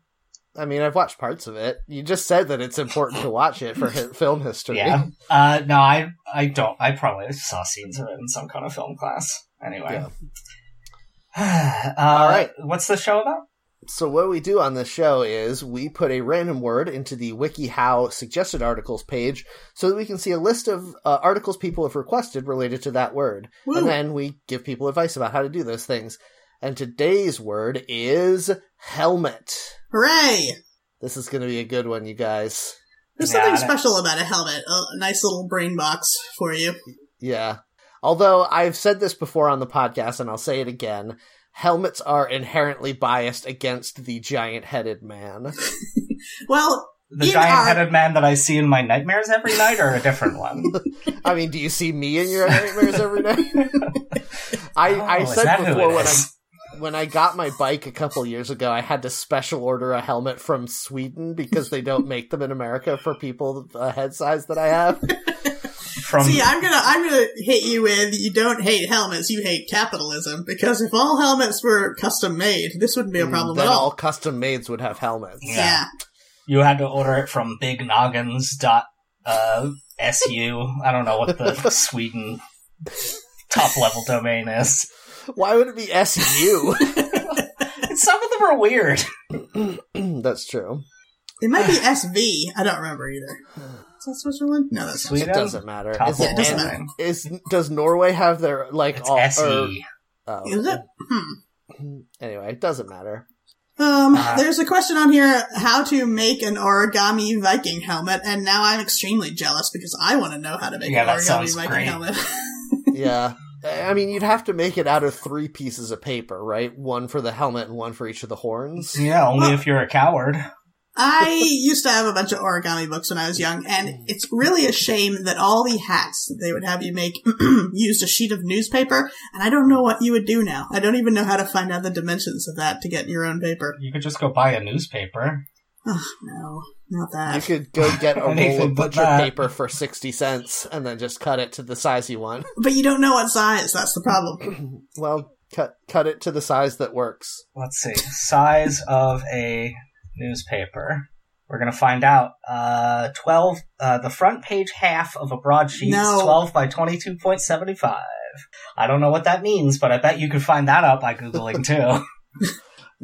A: I mean, I've watched parts of it. You just said that it's important to watch it for hi- film history.
B: Yeah. Uh, no, I I don't. I probably saw scenes of it in some kind of film class. Anyway. Uh,
A: All right.
B: What's the show about?
A: So what we do on this show is we put a random word into the WikiHow suggested articles page so that we can see a list of uh, articles people have requested related to that word.
C: Woo.
A: And then we give people advice about how to do those things. And today's word is helmet.
C: Hooray!
A: This is going to be a good one, you guys.
C: There's
B: Yeah,
C: something
B: that-
C: special about a helmet. A nice little brain box for you.
A: Yeah. Although I've said this before on the podcast and I'll say it again, helmets are inherently biased against the giant-headed man.
C: Well,
B: The
C: In
B: giant-headed man that I see in my nightmares every night, or a different one?
A: I mean, do you see me in your nightmares every night? I, I
B: Oh, is
A: said
B: that who
A: before
B: it
A: when I
B: is?
A: when I got my bike a couple years ago, I had to special order a helmet from Sweden because they don't make them in America for people the head size that I have.
B: from
C: see, I'm gonna I'm gonna hit you with you don't hate helmets, you hate capitalism. Because if all helmets were custom made, this wouldn't be
B: Mm,
C: a problem
A: then
C: at all.
A: all custom maids would have helmets.
B: Yeah. you had to order it from bignoggins dot uh, su. I don't know what the Sweden top level domain is.
A: Why would it be SU?
B: Some of them are weird.
A: That's true.
C: It might be SV. I don't remember either. Is that Switzerland? No, that's not.
B: Sweden?
A: It doesn't matter.
B: Top
A: Is,
C: Yeah, it doesn't
A: and-
C: matter.
B: domain.
A: is- does Norway have their like
B: It's E.
A: all? or-
B: SE.
A: oh.
C: Is it? Hmm.
A: Anyway, it doesn't matter.
C: Um,
B: Uh,
C: there's a question on here: how to make an origami Viking helmet? And now I'm extremely jealous because I want to know how to make
B: Yeah,
C: an
B: that
C: origami
B: sounds
C: Viking
B: great.
C: helmet.
A: Yeah. I mean, you'd have to make it out of three pieces of paper, right? One for the helmet and one for each of the horns.
B: Yeah, only
C: Well-
B: if you're a coward.
C: I used to have a bunch of origami books when I was young, and it's really a shame that all the hats that they would have you make used a sheet of newspaper, and I don't know what you would do now. I don't even know how to find out the dimensions of that to get your own paper.
B: You could just go buy a newspaper.
C: Oh, no, not
A: You
C: that.
A: could go get a roll
B: Anything
A: of
B: but
A: butcher
B: that.
A: paper for 60 cents and then just cut it to the size you want.
C: But you don't know what size, that's the problem.
A: Well, cut cut it to the size that works.
B: Let's see. Size of a newspaper. We're gonna find out. Uh, twelve. Uh, the front page half of a broadsheet
C: No.
B: is twelve by twenty-two point seventy-five. I don't know what that means, but I bet you could find that out by googling too.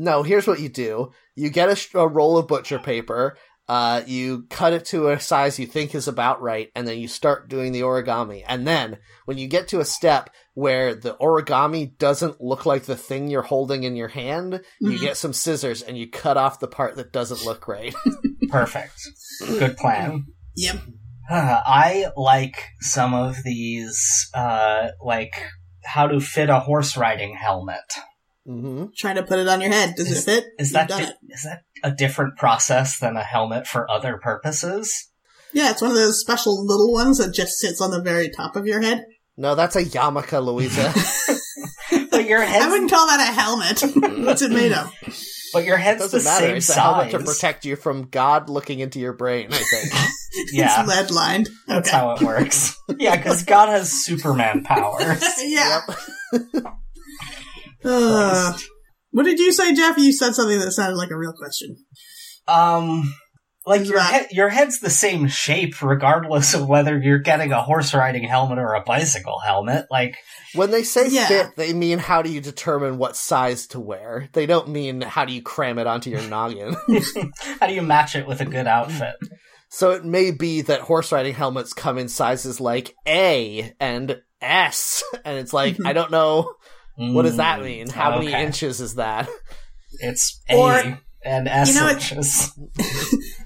A: No, here's what you do. You get a, sh- a roll of butcher paper, uh, you cut it to a size you think is about right, and then you start doing the origami. And then, when you get to a step where the origami doesn't look like the thing you're holding in your hand, you
B: Mm-hmm.
C: Mhm.
A: get some scissors and you cut off the part that doesn't look right.
B: Perfect. Good plan.
C: Yep.
B: Uh, I like some of these, uh, like how to fit a horse riding helmet.
A: hmm
C: Trying to put it on your head. Does it fit?
B: Is
C: You've
B: that
C: done
B: di-
C: it.
B: is that a different process than a helmet for other purposes?
C: Yeah, it's one of those special little ones that just sits on the very top of your head.
A: No, that's a yarmulke, Louisa.
B: But your
C: I
B: head,
C: wouldn't call that a helmet. What's it made of?
B: but your
A: It
B: head's
A: doesn't
B: the
A: matter.
B: same
A: it's a helmet
B: size.
A: to protect you from God looking into your brain. I think.
B: Yeah.
C: It's lead lined.
B: That's
C: Okay.
B: how it works. yeah, because God has Superman powers.
C: yeah.
A: Yep.
C: Uh, what did you say, Jeff? You said something that sounded like a real question.
B: Um, like your
C: Right.
B: head, your head's the same shape regardless of whether you're getting a horse riding helmet or a bicycle helmet. Like,
A: When they say
C: Yeah.
A: fit, they mean how do you determine what size to wear. They don't mean how do you cram it onto your noggin.
B: how do you match it with a good outfit?
A: So it may be that horse riding helmets come in sizes like A and S, and it's like I don't know what does
C: Mm,
A: that mean. How many
B: Mm, Okay.
A: inches is that?
B: It's A
C: Or-
B: and S
C: You know, it-
B: inches.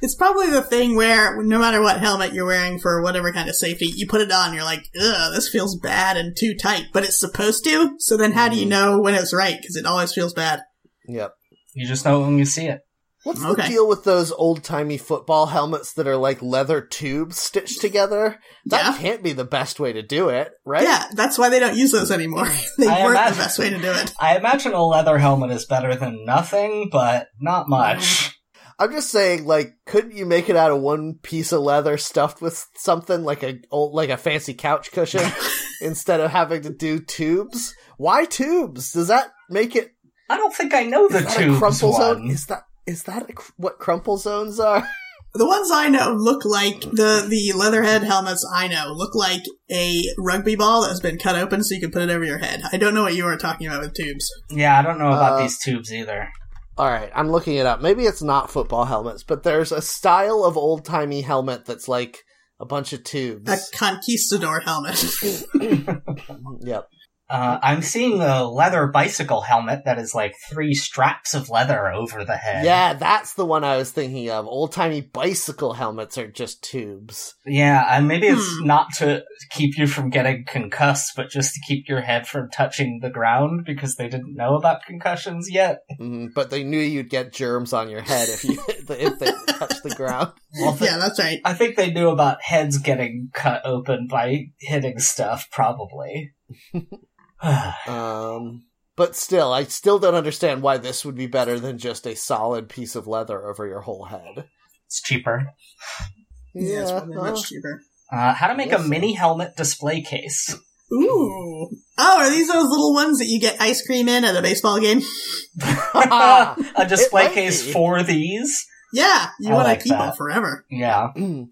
C: It's probably the thing where no matter what helmet you're wearing for whatever kind of safety, you put it on, you're like, ugh, this feels bad and too tight, but it's supposed to. So then how do you know when it's right? Because it always feels bad.
A: Yep.
B: You just know it when you see it.
A: What's the
C: Okay.
A: deal with those old timey football helmets that are like leather tubes stitched together? That
C: Yeah.
A: can't be the best way to do it, right?
C: Yeah, that's why they don't use those anymore. they
B: I
C: weren't
B: imagine-
C: the best way to do it.
B: I imagine a leather helmet is better than nothing, but not much.
A: I'm just saying, like, couldn't you make it out of one piece of leather stuffed with something like a old, like a fancy couch cushion instead of having to do tubes? Why tubes? Does that make it
B: I don't think I know the
A: is that a
B: tubes
A: crumple zone?
B: one.
A: Is that is that a, cr- what crumple zones are?
C: The ones I know look like the the leatherhead helmets I know look like a rugby ball that has been cut open so you can put it over your head. I don't know what you are talking about with tubes.
B: Yeah, I don't know about
A: Uh,
B: these tubes either.
A: All right, I'm looking it up. Maybe it's not football helmets, but there's a style of old timey helmet that's like a bunch of tubes.
C: A conquistador helmet.
A: Yep.
B: Uh, I'm seeing the leather bicycle helmet that is like three straps of leather over the head.
A: Yeah, that's the one I was thinking of. Old timey bicycle helmets are just tubes.
B: Yeah, and maybe it's
C: Hmm.
B: not to keep you from getting concussed, but just to keep your head from touching the ground because they didn't know about concussions yet.
A: Mm, but they knew you'd get germs on your head if you if they touched the ground.
B: Well, th-
C: yeah, that's right.
B: I think they knew about heads getting cut open by hitting stuff, probably.
A: Um, but still, I still don't understand why this would be better than just a solid piece of leather over your whole head.
B: it's cheaper.
C: Yeah, it's probably
A: uh,
C: much cheaper.
B: Uh, how to make a
A: Yes.
B: mini helmet display case.
C: Ooh. Oh, are these those little ones that you get ice cream in at a baseball game?
B: a display
A: might
B: case
A: be.
B: for these?
C: Yeah, you
B: I
C: want
B: like
C: to keep
B: that.
C: them forever.
B: Yeah.
A: you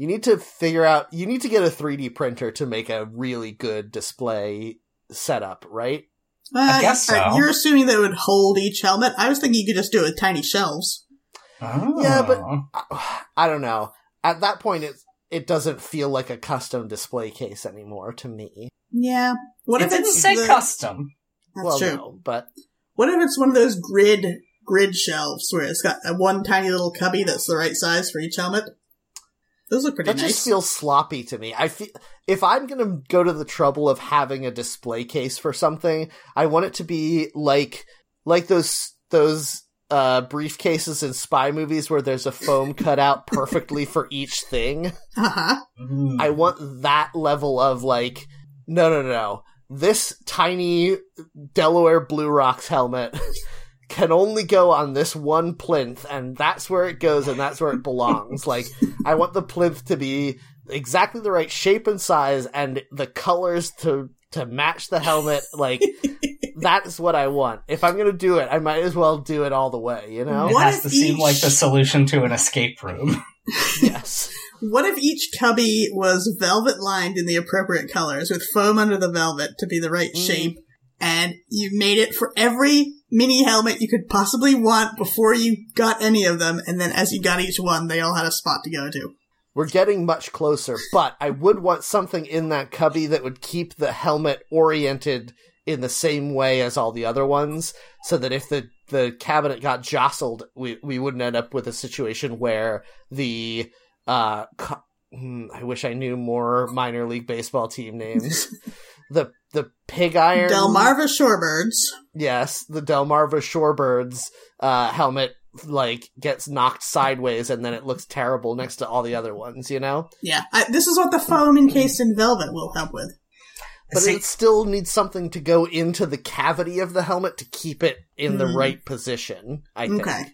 A: need to figure out you need to get a 3d printer to make a really good display setup right
C: Uh,
B: guess
C: are-
B: so.
C: You're assuming that it would hold each helmet. I was thinking you could just do it with tiny shelves.
B: Oh.
A: Yeah, but- i, I don't know at that point it it doesn't feel like a custom display case anymore to me
C: Yeah. What
B: it
C: if
B: didn't
C: it's
B: say
C: the-
B: custom.
C: That's
A: well
C: true.
A: no but
C: What if it's one of those grid grid shelves where it's got uh, one tiny little cubby that's the right size for each helmet? Those look pretty
A: that
C: nice.
A: just feels sloppy to me i feel if i'm gonna go to the trouble of having a display case for something i want it to be like like those those uh briefcases in spy movies where there's a foam cut out perfectly for each thing
C: uh huh.
B: Mm.
A: I want that level of like, no, no, no, no. This tiny Delaware Blue Rocks helmet can only go on this one plinth, and that's where it goes, and that's where it belongs. like, I want the plinth to be exactly the right shape and size, and the colors to to match the helmet. Like, that is what I want. If I'm gonna do it, I might as well do it all the way. You know?
B: It
C: What
B: has
C: if
B: to seem
C: each-
B: like the solution to an escape room.
A: yes.
C: What if each cubby was velvet lined in the appropriate colors with foam under the velvet to be the right
A: Mm.
C: shape? And you made it for every mini helmet you could possibly want before you got any of them. And then as you got each one, they all had a spot to go to.
A: We're getting much closer, but I would want something in that cubby that would keep the helmet oriented in the same way as all the other ones, so that if the, the cabinet got jostled, we, we wouldn't end up with a situation where the uh, co- hmm, I wish I knew more minor league baseball team names. the the pig iron
C: Delmarva Shorebirds.
A: yes, the Delmarva Shorebirds uh, helmet like gets knocked sideways and then it looks terrible next to all the other ones, you know?
C: Yeah. I, this is what the foam encased in velvet will help with.
A: but
B: See-
A: it still needs something to go into the cavity of the helmet to keep it in the
C: Hmm.
A: right position. I think.
C: Okay.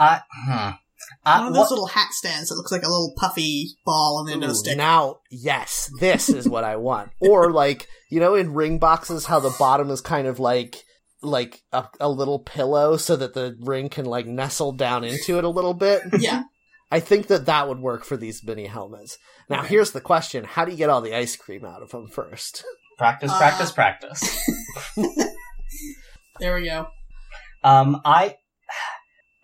B: I, hmm. I-
C: One of
B: what-
C: Oh, those little hat stands that looks like a little puffy ball on the end of
A: Ooh,
C: a stick.
A: now, yes, this is what I want. Or like you know, in ring boxes, how the bottom is kind of like like a, a little pillow, so that the ring can like nestle down into it a little bit.
C: yeah.
A: I think that that would work for these mini helmets. Now,
C: Okay.
A: here's the question: How do you get all the ice cream out of them first?
B: practice,
C: Uh,
B: practice, practice.
C: There we go.
B: Um, I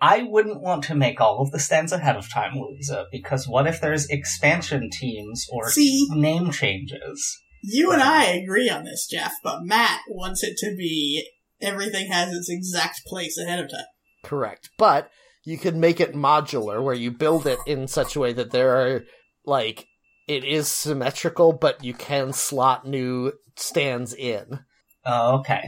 B: I wouldn't want to make all of the stands ahead of time, Louisa, because what if there's expansion teams or
C: See?
B: name changes?
C: You and I agree on this, Jeff, but Matt wants it to be everything has its exact place ahead of time.
A: Correct. But you could make it modular where you build it in such a way that there are like it is symmetrical but you can slot new stands in.
B: Oh, okay.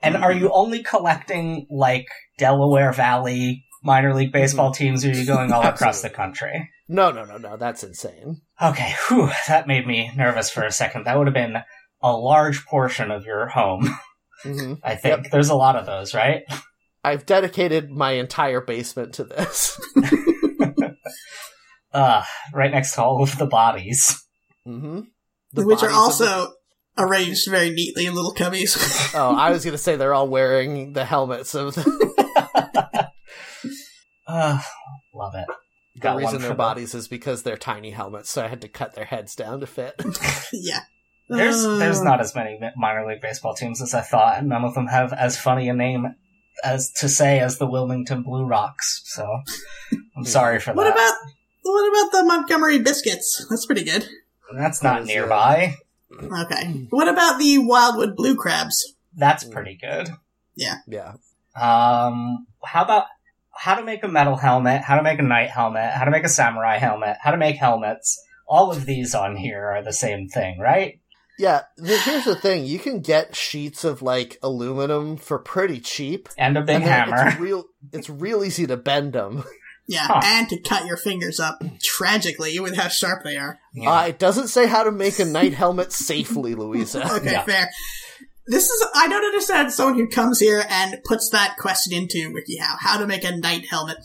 B: And are you only collecting like Delaware Valley minor league baseball teams, or are you going all across the country?
A: No, no, no, no, that's insane.
B: Okay, whew, that made me nervous for a second. That would have been a large portion of your home,
A: Mhm.
B: I think. There's a lot of those, right?
A: I've dedicated my entire basement to this.
B: Uh, right next to all of the bodies.
A: hmm
C: which are also arranged very neatly in little cubbies.
A: Oh, I was going to say they're all wearing the helmets of the,
B: Uh, love it.
A: the
B: Got one
A: reason
B: for
A: their
B: the-
A: bodies is because they're tiny helmets, so I had to cut their heads down to fit.
C: yeah.
B: There's
C: Uh,
B: there's
A: Um.
B: not as many minor league baseball teams as I thought, and none of them have as funny a name as to say as the Wilmington Blue Rocks. So I'm sorry for
C: What
B: that.
C: about what about the Montgomery biscuits? That's pretty good.
B: That's
A: That
B: not
A: is, uh,
B: nearby. Hmm.
C: Okay. What about the Wildwood blue crabs?
B: That's
A: Mm.
B: pretty good.
A: Yeah.
B: Um, how about how to make a metal helmet? How to make a knight helmet? How to make a samurai helmet? How to make helmets? All of these on here are the same thing, right?
A: Yeah, th- here's the thing. You can get sheets of like aluminum for pretty cheap.
B: And a big
A: and then
B: hammer.
A: It's real it's real easy to bend them.
C: Yeah,
B: Huh.
C: and to cut your fingers up tragically with how sharp they are.
B: Yeah.
A: Uh, it doesn't say how to make a knight helmet safely, Louisa.
C: Okay,
B: Yeah.
C: fair. This is I don't understand someone who comes here and puts that question into WikiHow, how to make a knight helmet.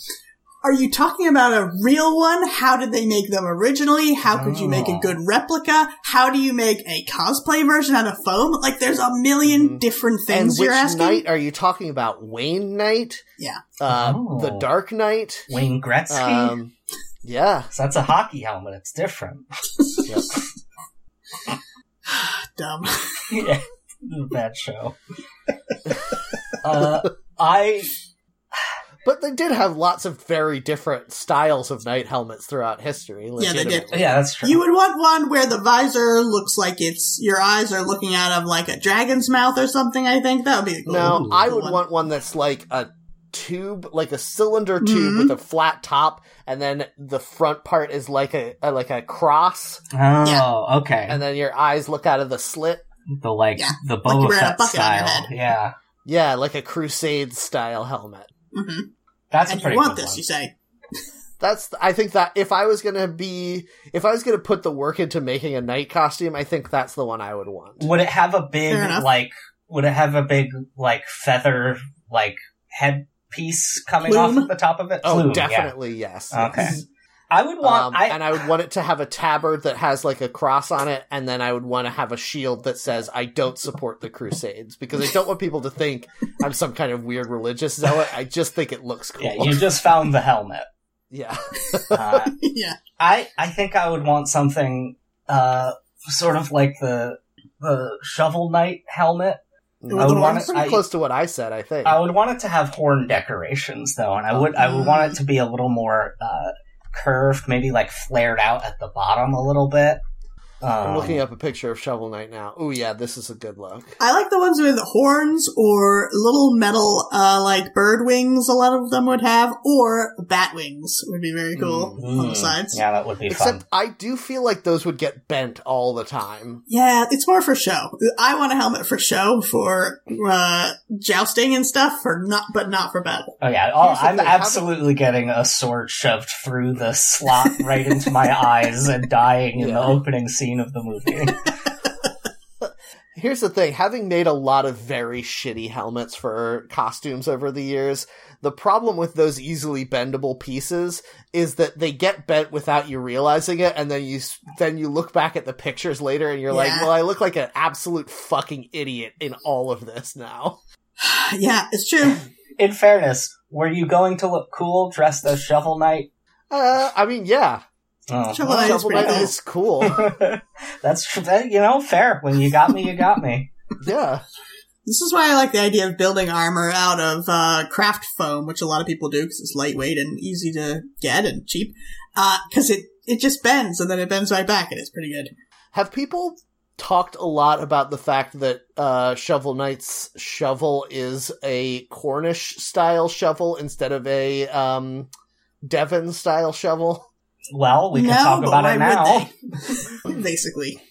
C: Are you talking about a real one? How did they make them originally? How could you make a
B: Oh.
C: good replica? How do you make a cosplay version out of foam? Like there's a 1000000
B: Mm-hmm.
A: Mhm.
C: different
A: And
C: things
A: which
C: you're asking.
A: knight are you talking about? Wayne Knight?
C: Yeah.
A: Uh,
B: Oh.
A: The Dark Knight?
B: Wayne Gretzky.
A: Um, yeah.
B: so that's a hockey helmet. It's different.
A: Yep.
C: Dumb.
B: yeah, bad show. uh, I
A: But they did have lots of very different styles of knight helmets throughout history.
C: Yeah, they did.
A: legitimately.
B: yeah, that's true.
C: You would want one where the visor looks like it's your eyes are looking out of like a dragon's mouth or something. I think that would be cool.
A: Now,
B: Ooh.
A: I would
C: One.
A: want one that's like a tube, like a cylinder tube
C: Mhm.
A: with a flat top, and then the front part is like a, a like a cross,
B: oh,
C: Yeah.
B: okay.
A: and then your eyes look out of the slit.
B: the like
C: Yeah,
B: the
C: you
B: Boba
C: wear a
B: Fett
C: bucket on your
B: style.
C: head.
B: Yeah,
A: Yeah, like a crusade style helmet.
C: hmm
B: that's a
C: And you
B: pretty
C: want
B: good
C: this,
B: one.
C: you say?
A: That's I think that if I was gonna be if I was gonna put the work into making a knight costume, I think that's the one I would want.
B: Would it have a big
C: Fair enough.
B: like? Would it have a big like feather like head piece coming
C: Plume?
B: off of the top of it?
A: Oh,
B: Plume, yeah.
A: definitely yes.
B: Okay.
A: yes.
B: I would want.
A: Um,
B: I
A: and I would want it to have a tabard that has like a cross on it, and then I would want to have a shield that says "I don't support the Crusades" because I don't want people to think I'm some kind of weird religious zealot. I just think it looks cool.
B: yeah,
A: Yeah,
B: you just found the helmet. Uh,
C: yeah.
B: I I think I would want something uh sort of like the the shovel knight helmet.
C: With
B: I would
C: the
B: want
C: horns?
B: it-
A: pretty
B: I-
A: close to what I said. I think.
B: I would want it to have horn decorations though, and I would I would want it to be a little more uh curved, maybe like flared out at the bottom a little bit. Um,
A: I'm looking up a picture of Shovel Knight now. Oh yeah, this is a good look.
C: I like the ones with horns or little metal, uh, like bird wings. A lot of them would have, or bat wings would be very cool on the
B: Mm,
C: sides. Yeah.
B: Yeah, that would be
A: Except
B: fun.
A: I do feel like those would get bent all the time.
C: it's more for show. I want a helmet for show, for uh, jousting and stuff, for not, but not for battle.
B: Oh yeah, oh,
A: Here's the
B: I'm
A: thing, how do-
B: absolutely getting a sword shoved through the slot right into my eyes and dying in the
A: Yeah.
B: opening scene of the movie.
A: Here's the thing having made a lot of very shitty helmets for costumes over the years, the problem with those easily bendable pieces is that they get bent without you realizing it, and then you s- then you look back at the pictures later and you're like,
C: Yeah.
A: well, I look like an absolute fucking idiot in all of this now.
C: yeah, it's true.
B: in fairness, were you going to look cool dressed as Shovel Knight?
A: Uh, I mean, yeah,
B: Oh.
C: Shovel Knight is
A: Shovel
C: pretty
A: Knight
C: cool.
A: is cool.
B: That's tr- that, you know fair. When you got me, you got me.
A: yeah,
C: This is why I like the idea of building armor out of uh, craft foam, which a lot of people do because it's lightweight and easy to get and Uh, cheap. Because it it just bends and then it bends right back, and it's pretty good.
A: have people talked a lot about the fact that uh, Shovel Knight's shovel is a Cornish style shovel instead of a um, Devon style shovel.
B: Well, we can talk
C: but
B: about
C: why
B: it now.
C: would they? Basically,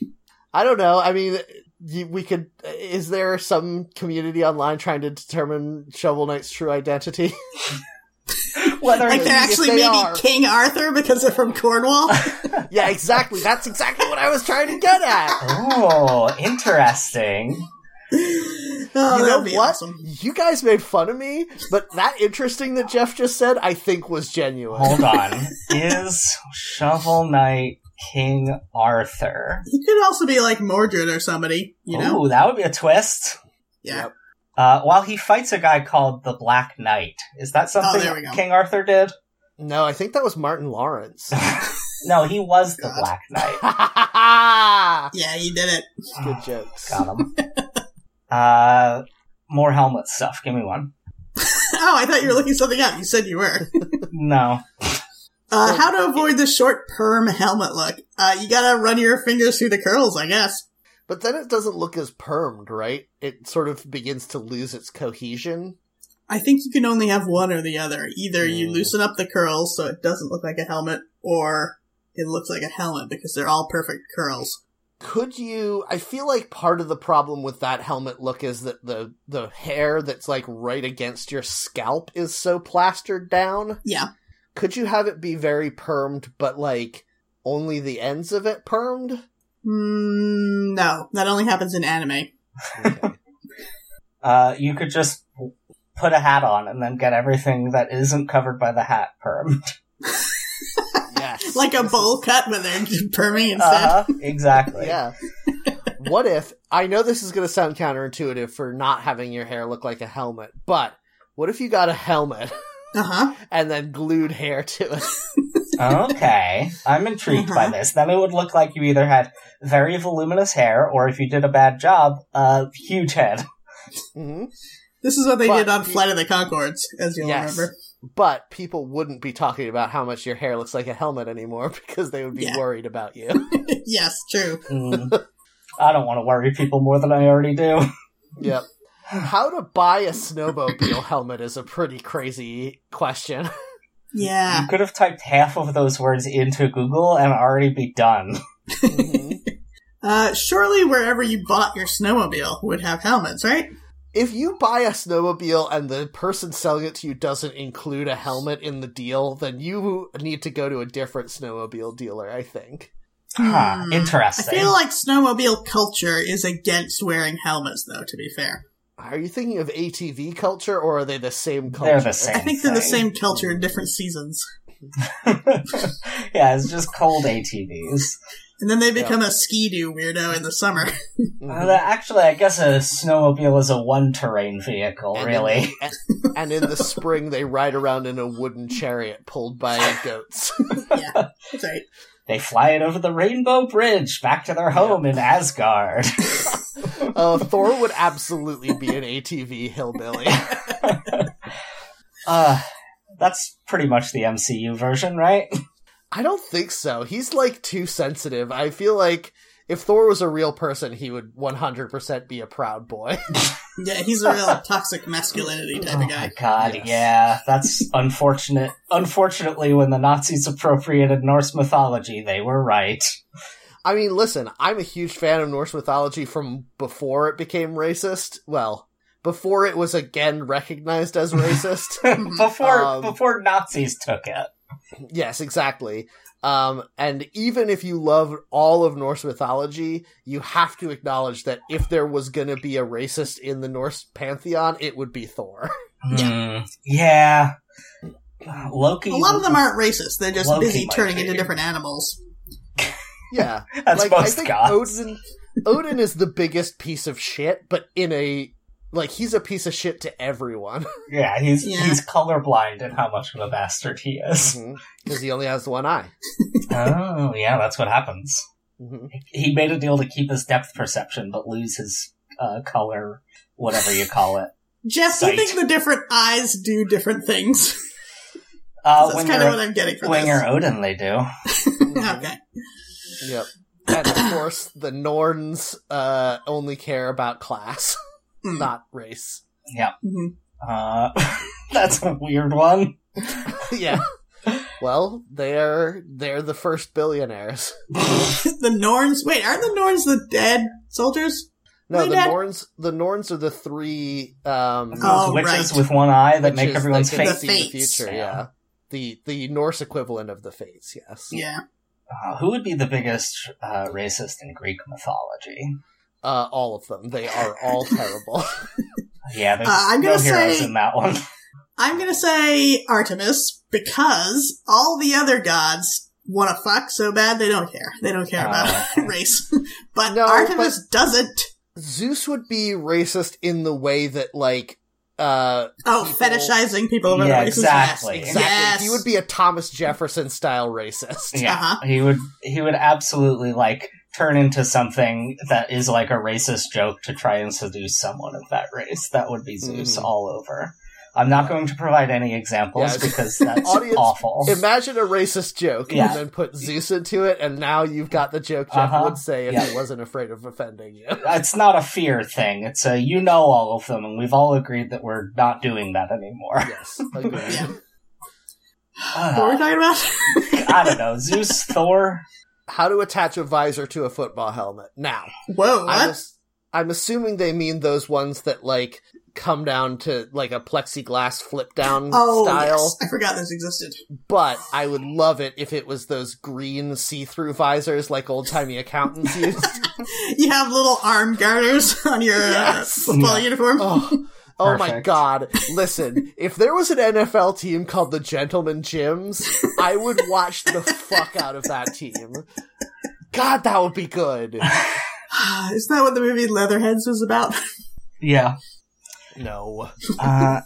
A: I don't know. I mean, you- we could. Is there some community online trying to determine Shovel Knight's true identity?
B: Whether
C: like
A: If
C: they're actually
A: they
C: maybe
A: are.
C: King Arthur because they're from Cornwall. Oh,
A: yeah, exactly. That's exactly what I was trying to get at.
B: Oh, interesting.
C: oh,
A: you know
C: that'd be
A: what?
C: awesome.
A: You guys made fun of me, but that interesting that Jeff just said, I think was genuine.
B: Hold on. Is Shovel Knight King Arthur?
C: He could also be like Mordred or somebody. You know?
B: Ooh, that would be a twist.
C: yeah.
A: Yep.
B: Uh, while he fights a guy called the Black Knight. Is that something
C: Oh, there we go.
B: King Arthur did?
A: No, I think that was Martin Lawrence.
B: No, he was the
C: God.
B: Black Knight.
A: Good
C: Yeah, you did it.
A: jokes.
B: Got him. uh, more helmet stuff. Give me one.
C: Oh, I thought you were looking something up. You said you were.
B: No.
C: Uh, how to avoid the short perm helmet look? Uh, you gotta run your fingers through the curls, I guess.
A: But then it doesn't look as permed, right? It sort of begins to lose its cohesion.
C: I think you can only have one or the other. Either you
A: Hmm.
C: loosen up the curls so it doesn't look like a helmet, or it looks like a helmet because they're all perfect curls.
A: Could you? I feel like part of the problem with that helmet look is that the the hair that's like right against your scalp is so plastered down.
C: Yeah.
A: Could you have it be very permed, but like only the ends of it permed?
C: Mm, no, that only happens in anime.
B: Uh, you could just put a hat on and then get everything that isn't covered by the hat perm.
A: yes.
C: Like a
A: This is-
C: bowl cut, but they're perming instead.
B: Uh-huh, exactly.
A: Yeah. what if I know this is going to sound counterintuitive for not having your hair look like a helmet, but what if you got a helmet
C: Uh-huh.
A: and then glued hair to it?
B: Okay. I'm intrigued by
C: Uh-huh.
B: this. Then it would look like you either had very voluminous hair or if you did a bad job, a huge head.
A: hmm
C: This is what they
A: But-
C: did on Flight of the Concords, as you'll
A: Yes.
C: remember.
A: But people wouldn't be talking about how much your hair looks like a helmet anymore because they would be
C: Yeah.
A: worried about you.
C: yes, true.
B: Mm. I don't want to worry people more than I already do.
A: yep. How to buy a snowmobile helmet is a pretty crazy question.
C: Yeah.
B: You could have typed half of those words into Google and already be done.
A: Mhm.
C: Uh, surely wherever you bought your snowmobile would have helmets, right?
A: If you buy a snowmobile and the person selling it to you doesn't include a helmet in the deal, then you need to go to a different snowmobile dealer, I think.
B: Huh,
C: Hmm. I
B: interesting.
C: feel like snowmobile culture is against wearing helmets, though, to be fair.
A: Are you thinking of ATV culture or are they the same culture?
B: They're the same.
C: I think they're the
B: thing.
C: same culture in different seasons.
B: yeah, it's just cold ATVs.
C: And then they become a ski doo weirdo in the summer.
A: Mhm.
B: Uh, actually, I guess a snowmobile is a one terrain vehicle,
A: And in-
B: really.
A: and, and in the spring, they ride around in a wooden chariot pulled by goats.
C: That's right.
B: They fly it over the Rainbow Bridge back to their home in Asgard.
A: Uh, Thor would absolutely be an ATV hillbilly.
B: Uh, that's pretty much the MCU version, right?
A: I don't think so. He's like too sensitive. I feel like if Thor was a real person, he would 100% be a proud boy.
C: Yeah, he's a real toxic masculinity type
B: oh my
C: of guy.
B: god,
A: Yes.
B: yeah. That's unfortunate. Unfortunately, when the Nazis appropriated Norse mythology, they were right.
A: I mean, listen, I'm a huge fan of Norse mythology from before it became racist. Well, before it was again recognized as racist.
B: before
A: Um,
B: before Nazis took it.
A: yes, exactly. Um, and even if you love all of Norse mythology, you have to acknowledge that if there was going to be a racist in the Norse pantheon, it would be Thor.
B: Hmm, yeah. Uh, Loki.
C: A lot of them aren't racist. They're just
B: Loki
C: busy
B: might
C: turning
B: be.
C: into different animals.
A: yeah,
B: That's
A: like I
B: most
A: think
B: gods.
A: Odin, Odin is the biggest piece of shit, but in a like he's a piece of shit to everyone.
B: Yeah, he's
C: Yeah.
B: he's colorblind in how much of a bastard he is.
A: because Mm-hmm. he only has one eye.
B: oh, yeah, that's what happens.
A: Mhm.
B: He made a deal to keep his depth perception, but lose his uh, color, whatever you call it.
C: Jess, do you
B: Sight.
C: think the different eyes do different things?
B: Uh,
C: That's
B: when
C: kind of
B: you're
C: what I'm getting from
B: when
C: this.
B: you're Odin, they do.
A: Mhm.
C: Okay.
A: Yep. and of course, the Norns uh, only care about class,
C: Mm.
A: not race.
C: Mhm.
B: Uh, that's a weird one.
A: yeah. Well, they're they're the first billionaires.
C: the Norns. Wait, aren't the Norns the dead soldiers?
A: No,
C: My
A: the
C: dad-
A: Norns. The Norns are the three um,
C: Oh,
B: witches
C: right.
B: with one eye that
A: witches
B: make everyone's
A: that can
B: face.
A: see the
C: fates.
A: future.
B: Yeah.
A: Yeah. the the Norse equivalent of the fates. Yes.
C: Yeah.
B: Uh, who would be the biggest uh, racist in Greek mythology?
A: Uh, all of them. They are all terrible.
B: Yeah, there's
C: Uh, I'm
B: no
C: gonna
B: heroes
C: say-
B: in that one.
C: I'm gonna say Artemis because all the other gods want to fuck so bad they don't care. They don't care about
B: Uh,
C: race, but
A: No,
C: Artemis doesn't.
A: Zeus would be racist in the way that like uh
C: Oh,
A: People-
C: fetishizing people of other
B: Yeah,
C: races.
B: exactly.
C: Yes.
A: exactly
C: Yes.
A: he would be a Thomas Jefferson style racist.
B: yeah,
C: Uh-huh.
B: he would. He would absolutely like turn into something that is like a racist joke to try and seduce someone of that race. That would be Zeus
A: Mhm.
B: all over. I'm not going to provide any examples
A: Yeah.
B: because that's
A: Audience-
B: awful.
A: Imagine a racist joke
B: Yeah.
A: and then put Zeus into it, and now you've got the joke Jeff
B: Uh-huh.
A: would say if
B: Yeah.
A: he wasn't afraid of offending you.
B: it's not a fear thing. It's a you know all of them, and we've all agreed that we're not doing that anymore.
A: yes, agreed.
C: Yeah. What were we talking about?
B: I don't know. Zeus, Thor.
A: How to attach a visor to a football helmet? Now,
C: Whoa,
A: I'm,
C: what?
A: ass- I'm assuming they mean those ones that like come down to like a plexiglass flip down
C: Oh,
A: style.
C: yes. I forgot this existed.
A: But I would love it if it was those green see-through visors like old-timey accountants used.
C: You have little arm garters on your
A: Yes.
C: uh, football
B: Yeah.
C: uniform.
A: Oh, oh my
B: Perfect.
A: god. Listen, if there was an NFL team called the Gentleman Gyms, I would watch the fuck out of that team. God, that would be good. Oh.
C: Isn't that what the movie Leatherheads was about?
B: Yeah.
A: No.
B: Uh,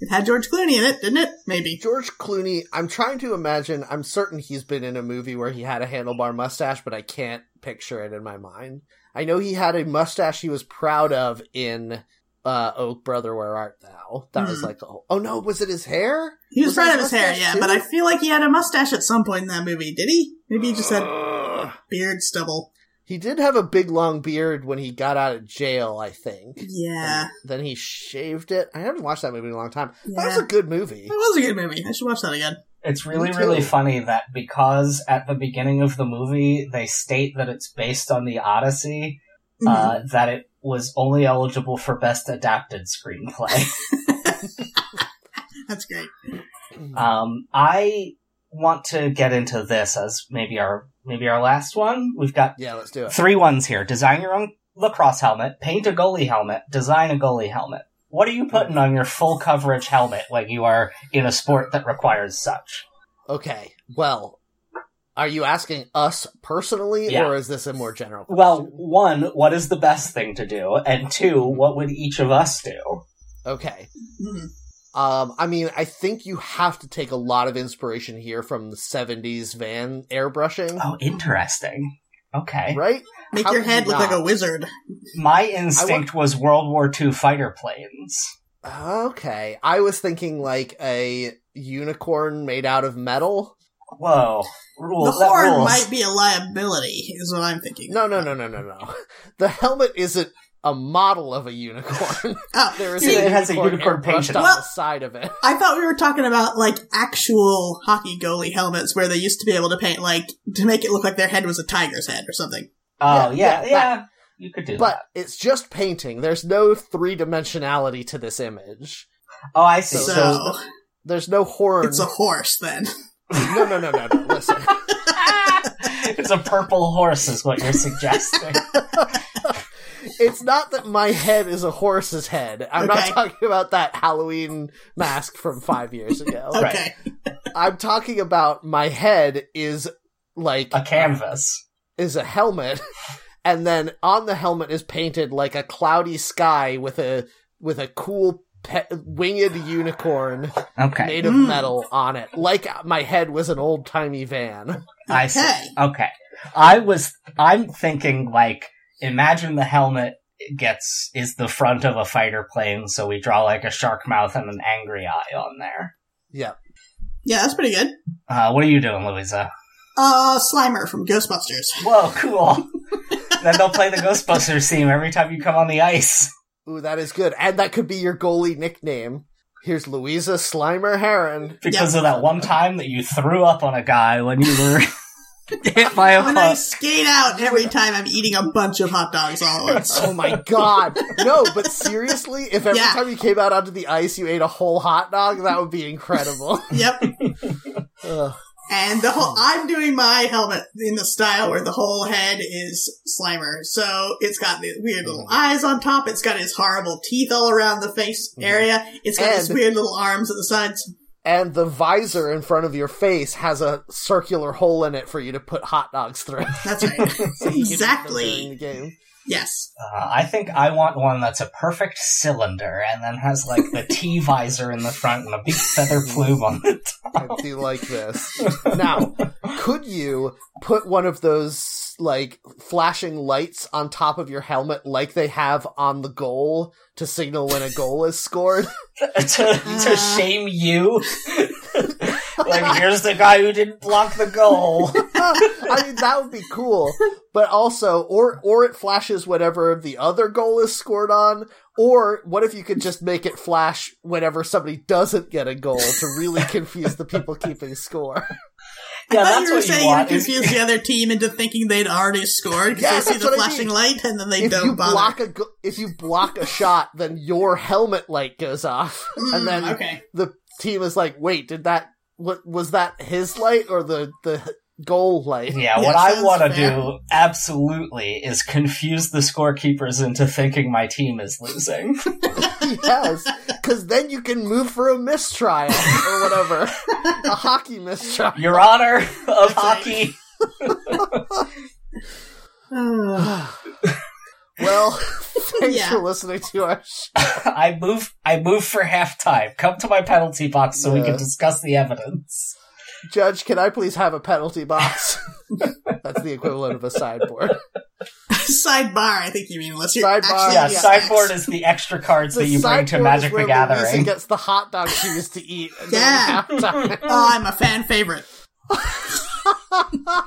C: It had George Clooney in it, didn't it? Maybe.
A: George Clooney, I'm trying to imagine, I'm certain he's been in a movie where he had a handlebar mustache, but I can't picture it in my mind. I know he had a mustache he was proud of in uh Oh Brother Where Art Thou. That was
C: Hmm.
A: like, oh, oh no, was it his hair?
C: He was,
A: Was
C: proud
A: that
C: of his hair,
A: mustache
C: yeah,
A: too?
C: but I feel like he had a mustache at some point in that movie, did he? Maybe he just
A: Uh.
C: had
A: Ugh.
C: beard stubble.
A: He did have a big long beard when he got out of jail, I think.
C: Yeah.
A: And then he shaved it. I haven't watched that movie in a long time. Uh, That was
C: yeah.
A: a good movie.
C: That was a good movie. I should watch that again.
B: it's really,
A: Me too.
B: really funny that because at the beginning of the movie they state that it's based on the Odyssey, uh, that it was only eligible for best adapted screenplay.
C: Mm-hmm. That's great.
B: um, I want to get into this as maybe our maybe our last one. We've got
A: yeah, let's do it.
B: Three ones here. Design your own lacrosse helmet, paint a goalie helmet, design a goalie helmet. What are you putting on your full coverage helmet when you are in a sport that requires such?
A: Okay. Well, are you asking us personally,
B: Yeah.
A: or is this a more general? Question?
B: Well, one, what is the best thing to do? And two, what would each of us do?
A: okay.
C: Mhm.
A: Um, I mean, I think you have to take a lot of inspiration here from the '70s van airbrushing,
B: Oh, interesting. Okay.
A: right?
C: Make
A: How
C: your
A: could you
C: head look like
A: not?
C: a wizard.
B: My instinct was World War II fighter planes.
A: Okay. I was thinking like a unicorn made out of metal.
B: Whoa. Rule,
C: the
B: that
C: horn
B: rules.
C: might be a liability, is what I'm thinking.
A: No, no, no, no, no, no. The helmet isn't a model of a unicorn.
C: Oh,
A: there is
C: see,
A: a
B: It has a
A: unicorn,
B: unicorn
A: painted
B: painted
A: on
C: on
A: the
C: it.
A: side of it.
C: I thought we were talking about like actual hockey goalie helmets where they used to be able to paint like to make it look like their head was a tiger's head or something.
B: Oh,
A: Yeah,
B: yeah, yeah.
A: yeah,
B: You could do
A: But
B: that.
A: it's just painting. There's no three dimensionality to this image.
B: Oh, I see.
C: So,
B: So,
A: There's no horn.
C: it's a horse then.
A: no, no, no, no, no. Listen,
B: it's a purple horse, is what you're suggesting.
A: it's not that my head is a horse's head. I'm
C: Okay.
A: not talking about that Halloween mask from five years ago.
C: Okay.
A: I'm talking about my head is like
B: a canvas.
A: is a helmet, and then on the helmet is painted like a cloudy sky with a with a cool pe- winged unicorn
B: Okay.
A: made of
C: Mm.
A: metal on it, like uh, my head was an old timey van.
B: I
C: Okay.
B: see. Okay. I was I'm thinking like imagine the helmet gets is the front of a fighter plane, so we draw like a shark mouth and an angry eye on there.
A: Yep.
C: Yeah, that's pretty good.
B: Uh, what are you doing, Louisa?
C: Uh, Slimer from Ghostbusters.
B: Whoa, cool. then they'll play the Ghostbusters theme every time you come on the ice.
A: Ooh, that is good. And that could be your goalie nickname. Here's Louisa Slimer Heron.
B: Because of that one time that you threw up on a guy when you were hit by a
C: When I
B: puck.
C: skate out every time I'm eating a bunch of hot dogs all at once.
A: Oh my god. No, but seriously, if every
C: Yeah.
A: time you came out onto the ice you ate a whole hot dog, that would be incredible.
C: Yep.
A: Ugh.
C: And the
A: Hmm.
C: whole, I'm doing my helmet in the style where the whole head is Slimer. So it's got the weird
A: Hmm.
C: little eyes on top. It's got his horrible teeth all around the
A: Hmm.
C: face area. It's got his
A: And-
C: weird little arms at the sides.
A: And the visor in front of your face has a circular hole in it for you to put hot dogs through.
C: That's right.
A: During the
C: exactly.
A: game.
C: Yes.
B: Uh, I think I want one that's a perfect cylinder and then has like the T visor in the front and a big feather plume on it.
A: I do like this. Now, could you put one of those like flashing lights on top of your helmet like they have on the goal to signal when a goal is scored?
B: to,
C: Uh.
B: to shame you. like, here's the guy who didn't block the goal.
A: I mean that would be cool. But also or or it flashes whenever the other goal is scored on, or what if you could just make it flash whenever somebody doesn't get a goal to really confuse the people keeping score?
B: Yeah,
C: I thought
B: that's
C: you were
B: what you
C: saying
B: want.
C: would confuse the other team into thinking they'd already scored because
A: Yeah,
C: they see
A: that's
C: the
A: what I
C: flashing
A: mean.
C: light and then they
A: if
C: don't
A: you
C: bother.
A: block a go- if you block a shot, then your helmet light goes off,
C: Mm,
A: and then
C: okay.
A: the team is like, "Wait, did that? What was that? His light or the the goal light?"
B: Yeah,
C: Yeah,
B: what I
C: sounds
B: want to
C: fair.
B: do absolutely is confuse the scorekeepers into thinking my team is losing.
A: yes, because then you can move for a mistrial or whatever, a hockey mistrial.
B: Your honor of
C: right.
B: hockey.
C: Uh,
A: well, thanks
C: Yeah.
A: for listening to our show.
B: I move I move for halftime. Come to my penalty box so we
A: Yeah.
B: can discuss the evidence.
A: Judge, can I please have a penalty box? That's the equivalent of a sideboard.
C: sidebar, I think you mean, unless you're
A: Sidebar.
C: actually
B: Yeah,
A: yeah.
B: sideboard is the extra cards that you bring to
A: sideboard
B: Magic
A: is
B: the
A: where Louisa
B: Gathering.
A: gets the hot dog she used to eat. and
C: Yeah.
A: then halftime.
C: Oh, I'm a fan favorite.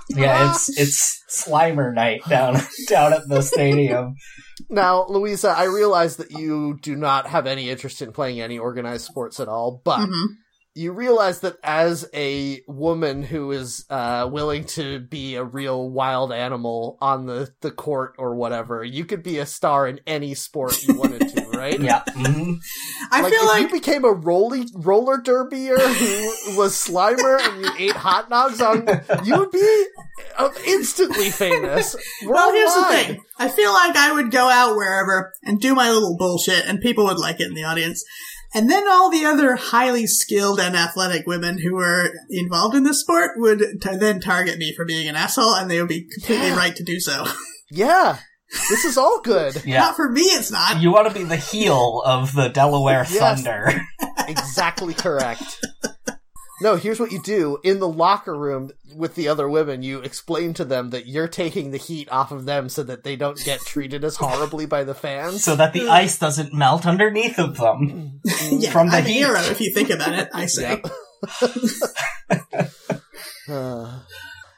B: Yeah, it's it's Slimer night down down at the stadium.
A: now, Louisa, I realize that you do not have any interest in playing any organized sports at all, but
B: Mm-hmm.
C: hmm
A: you realize that as a woman who is uh, willing to be a real wild animal on the, the court or whatever, you could be a star in any sport you wanted to, right?
B: Yeah. mhm.
C: I
A: like,
C: feel
A: if
C: like
A: you became a roly, roller derbier who was Slimer and you ate hot dogs on, you would be uh, instantly famous.
C: Well, here's the
A: worldwide.
C: thing. I feel like I would go out wherever and do my little bullshit, and people would like it in the audience. And then all the other highly skilled and athletic women who were involved in this sport would t- then target me for being an asshole, and they would be completely right to do so.
A: Yeah, this is all good.
B: Yeah.
C: Not for me, it's not.
B: You want to be the heel of the Delaware
A: Yes.
B: Thunder.
A: exactly correct. No, here's what you do in the locker room with the other women. You explain to them that you're taking the heat off of them so that they don't get treated as horribly by the fans.
B: so that the ice doesn't melt underneath of them.
C: yeah,
B: From the
C: I'm a
B: heat.
C: hero, if you think about it, I say.
A: Uh,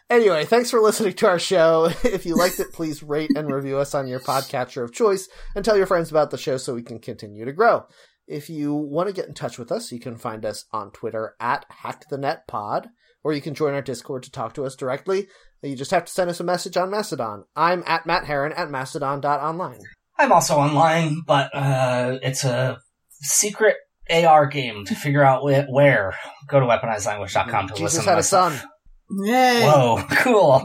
A: anyway, thanks for listening to our show. If you liked it, please rate and review us on your podcatcher of choice and tell your friends about the show so we can continue to grow. If you want to get in touch with us, you can find us on Twitter at HackTheNetPod, or you can join our Discord to talk to us directly. You just have to send us a message on Mastodon. I'm at Matt Heron at Mastodon.online.
B: I'm also online, but uh, it's a secret AR game to figure out wh- where. Go to weaponizelanguage.com to
A: Jesus
B: listen
A: had
B: to
A: a
B: myself.
A: son.
C: Yay.
B: Whoa, cool.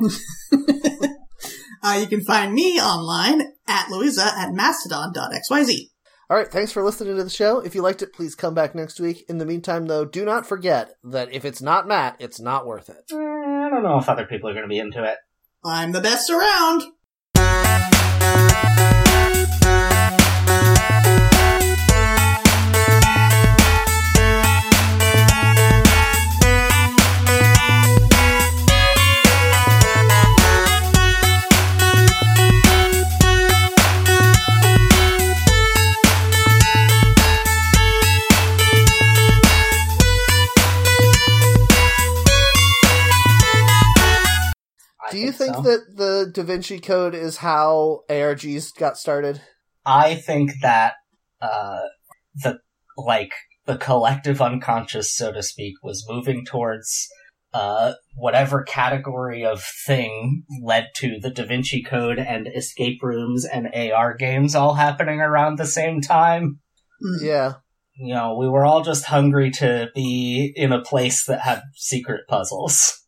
C: Uh, you can find me online at Louisa at mastodon.xyz.
A: All right, thanks for listening to the show. If you liked it, please come back next week. In the meantime, though, do not forget that if it's not Matt, it's not worth it.
B: Eh, I don't know if other people are going to be into it.
C: I'm the best around.
D: Thank you.
A: think
B: so.
A: that the Da Vinci Code is how ARGs got started?
B: I think that uh, the like the collective unconscious, so to speak, was moving towards uh, whatever category of thing led to the Da Vinci Code and escape rooms and AR games all happening around the same time.
C: Mm.
A: Yeah.
B: You know, we were all just hungry to be in a place that had secret puzzles.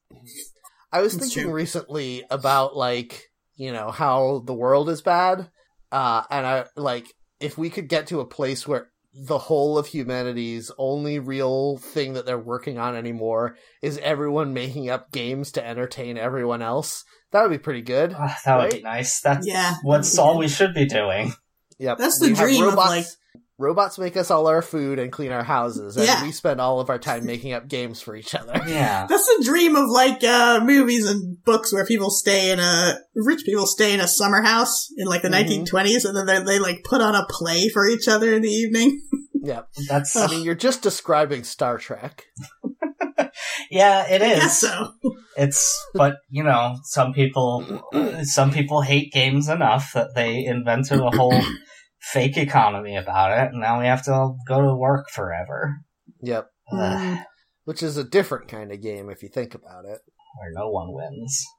A: I was
C: It's
A: thinking
C: true.
A: recently about like, you know, how the world is bad. Uh and I like if we could get to a place where the whole of humanity's only real thing that they're working on anymore is everyone making up games to entertain everyone else, that would be pretty good.
C: Uh,
B: Ah, that would be nice. That's
C: Yeah.
B: what's all we should be doing.
A: Yep.
C: That's the
A: We have
C: dream of,
A: robots,
C: like-
A: robots make us all our food and clean our houses, and
C: Yeah.
A: we spend all of our time making up games for each other.
B: Yeah.
C: That's the dream of like uh, movies and books where people stay in a rich people stay in a summer house in like the
A: Mhm.
C: 1920s, and then they, they like put on a play for each other in the evening.
A: yep.
B: That's
A: I mean, you're just describing Star Trek.
B: yeah, it
C: I
B: is.
C: guess so.
B: It's but you know some people some people hate games enough that they invented a whole fake economy about it, and now we have to go to work forever.
A: Yep.
B: Ugh,
A: Which is a different kind of game if you think about it.
B: where no one wins.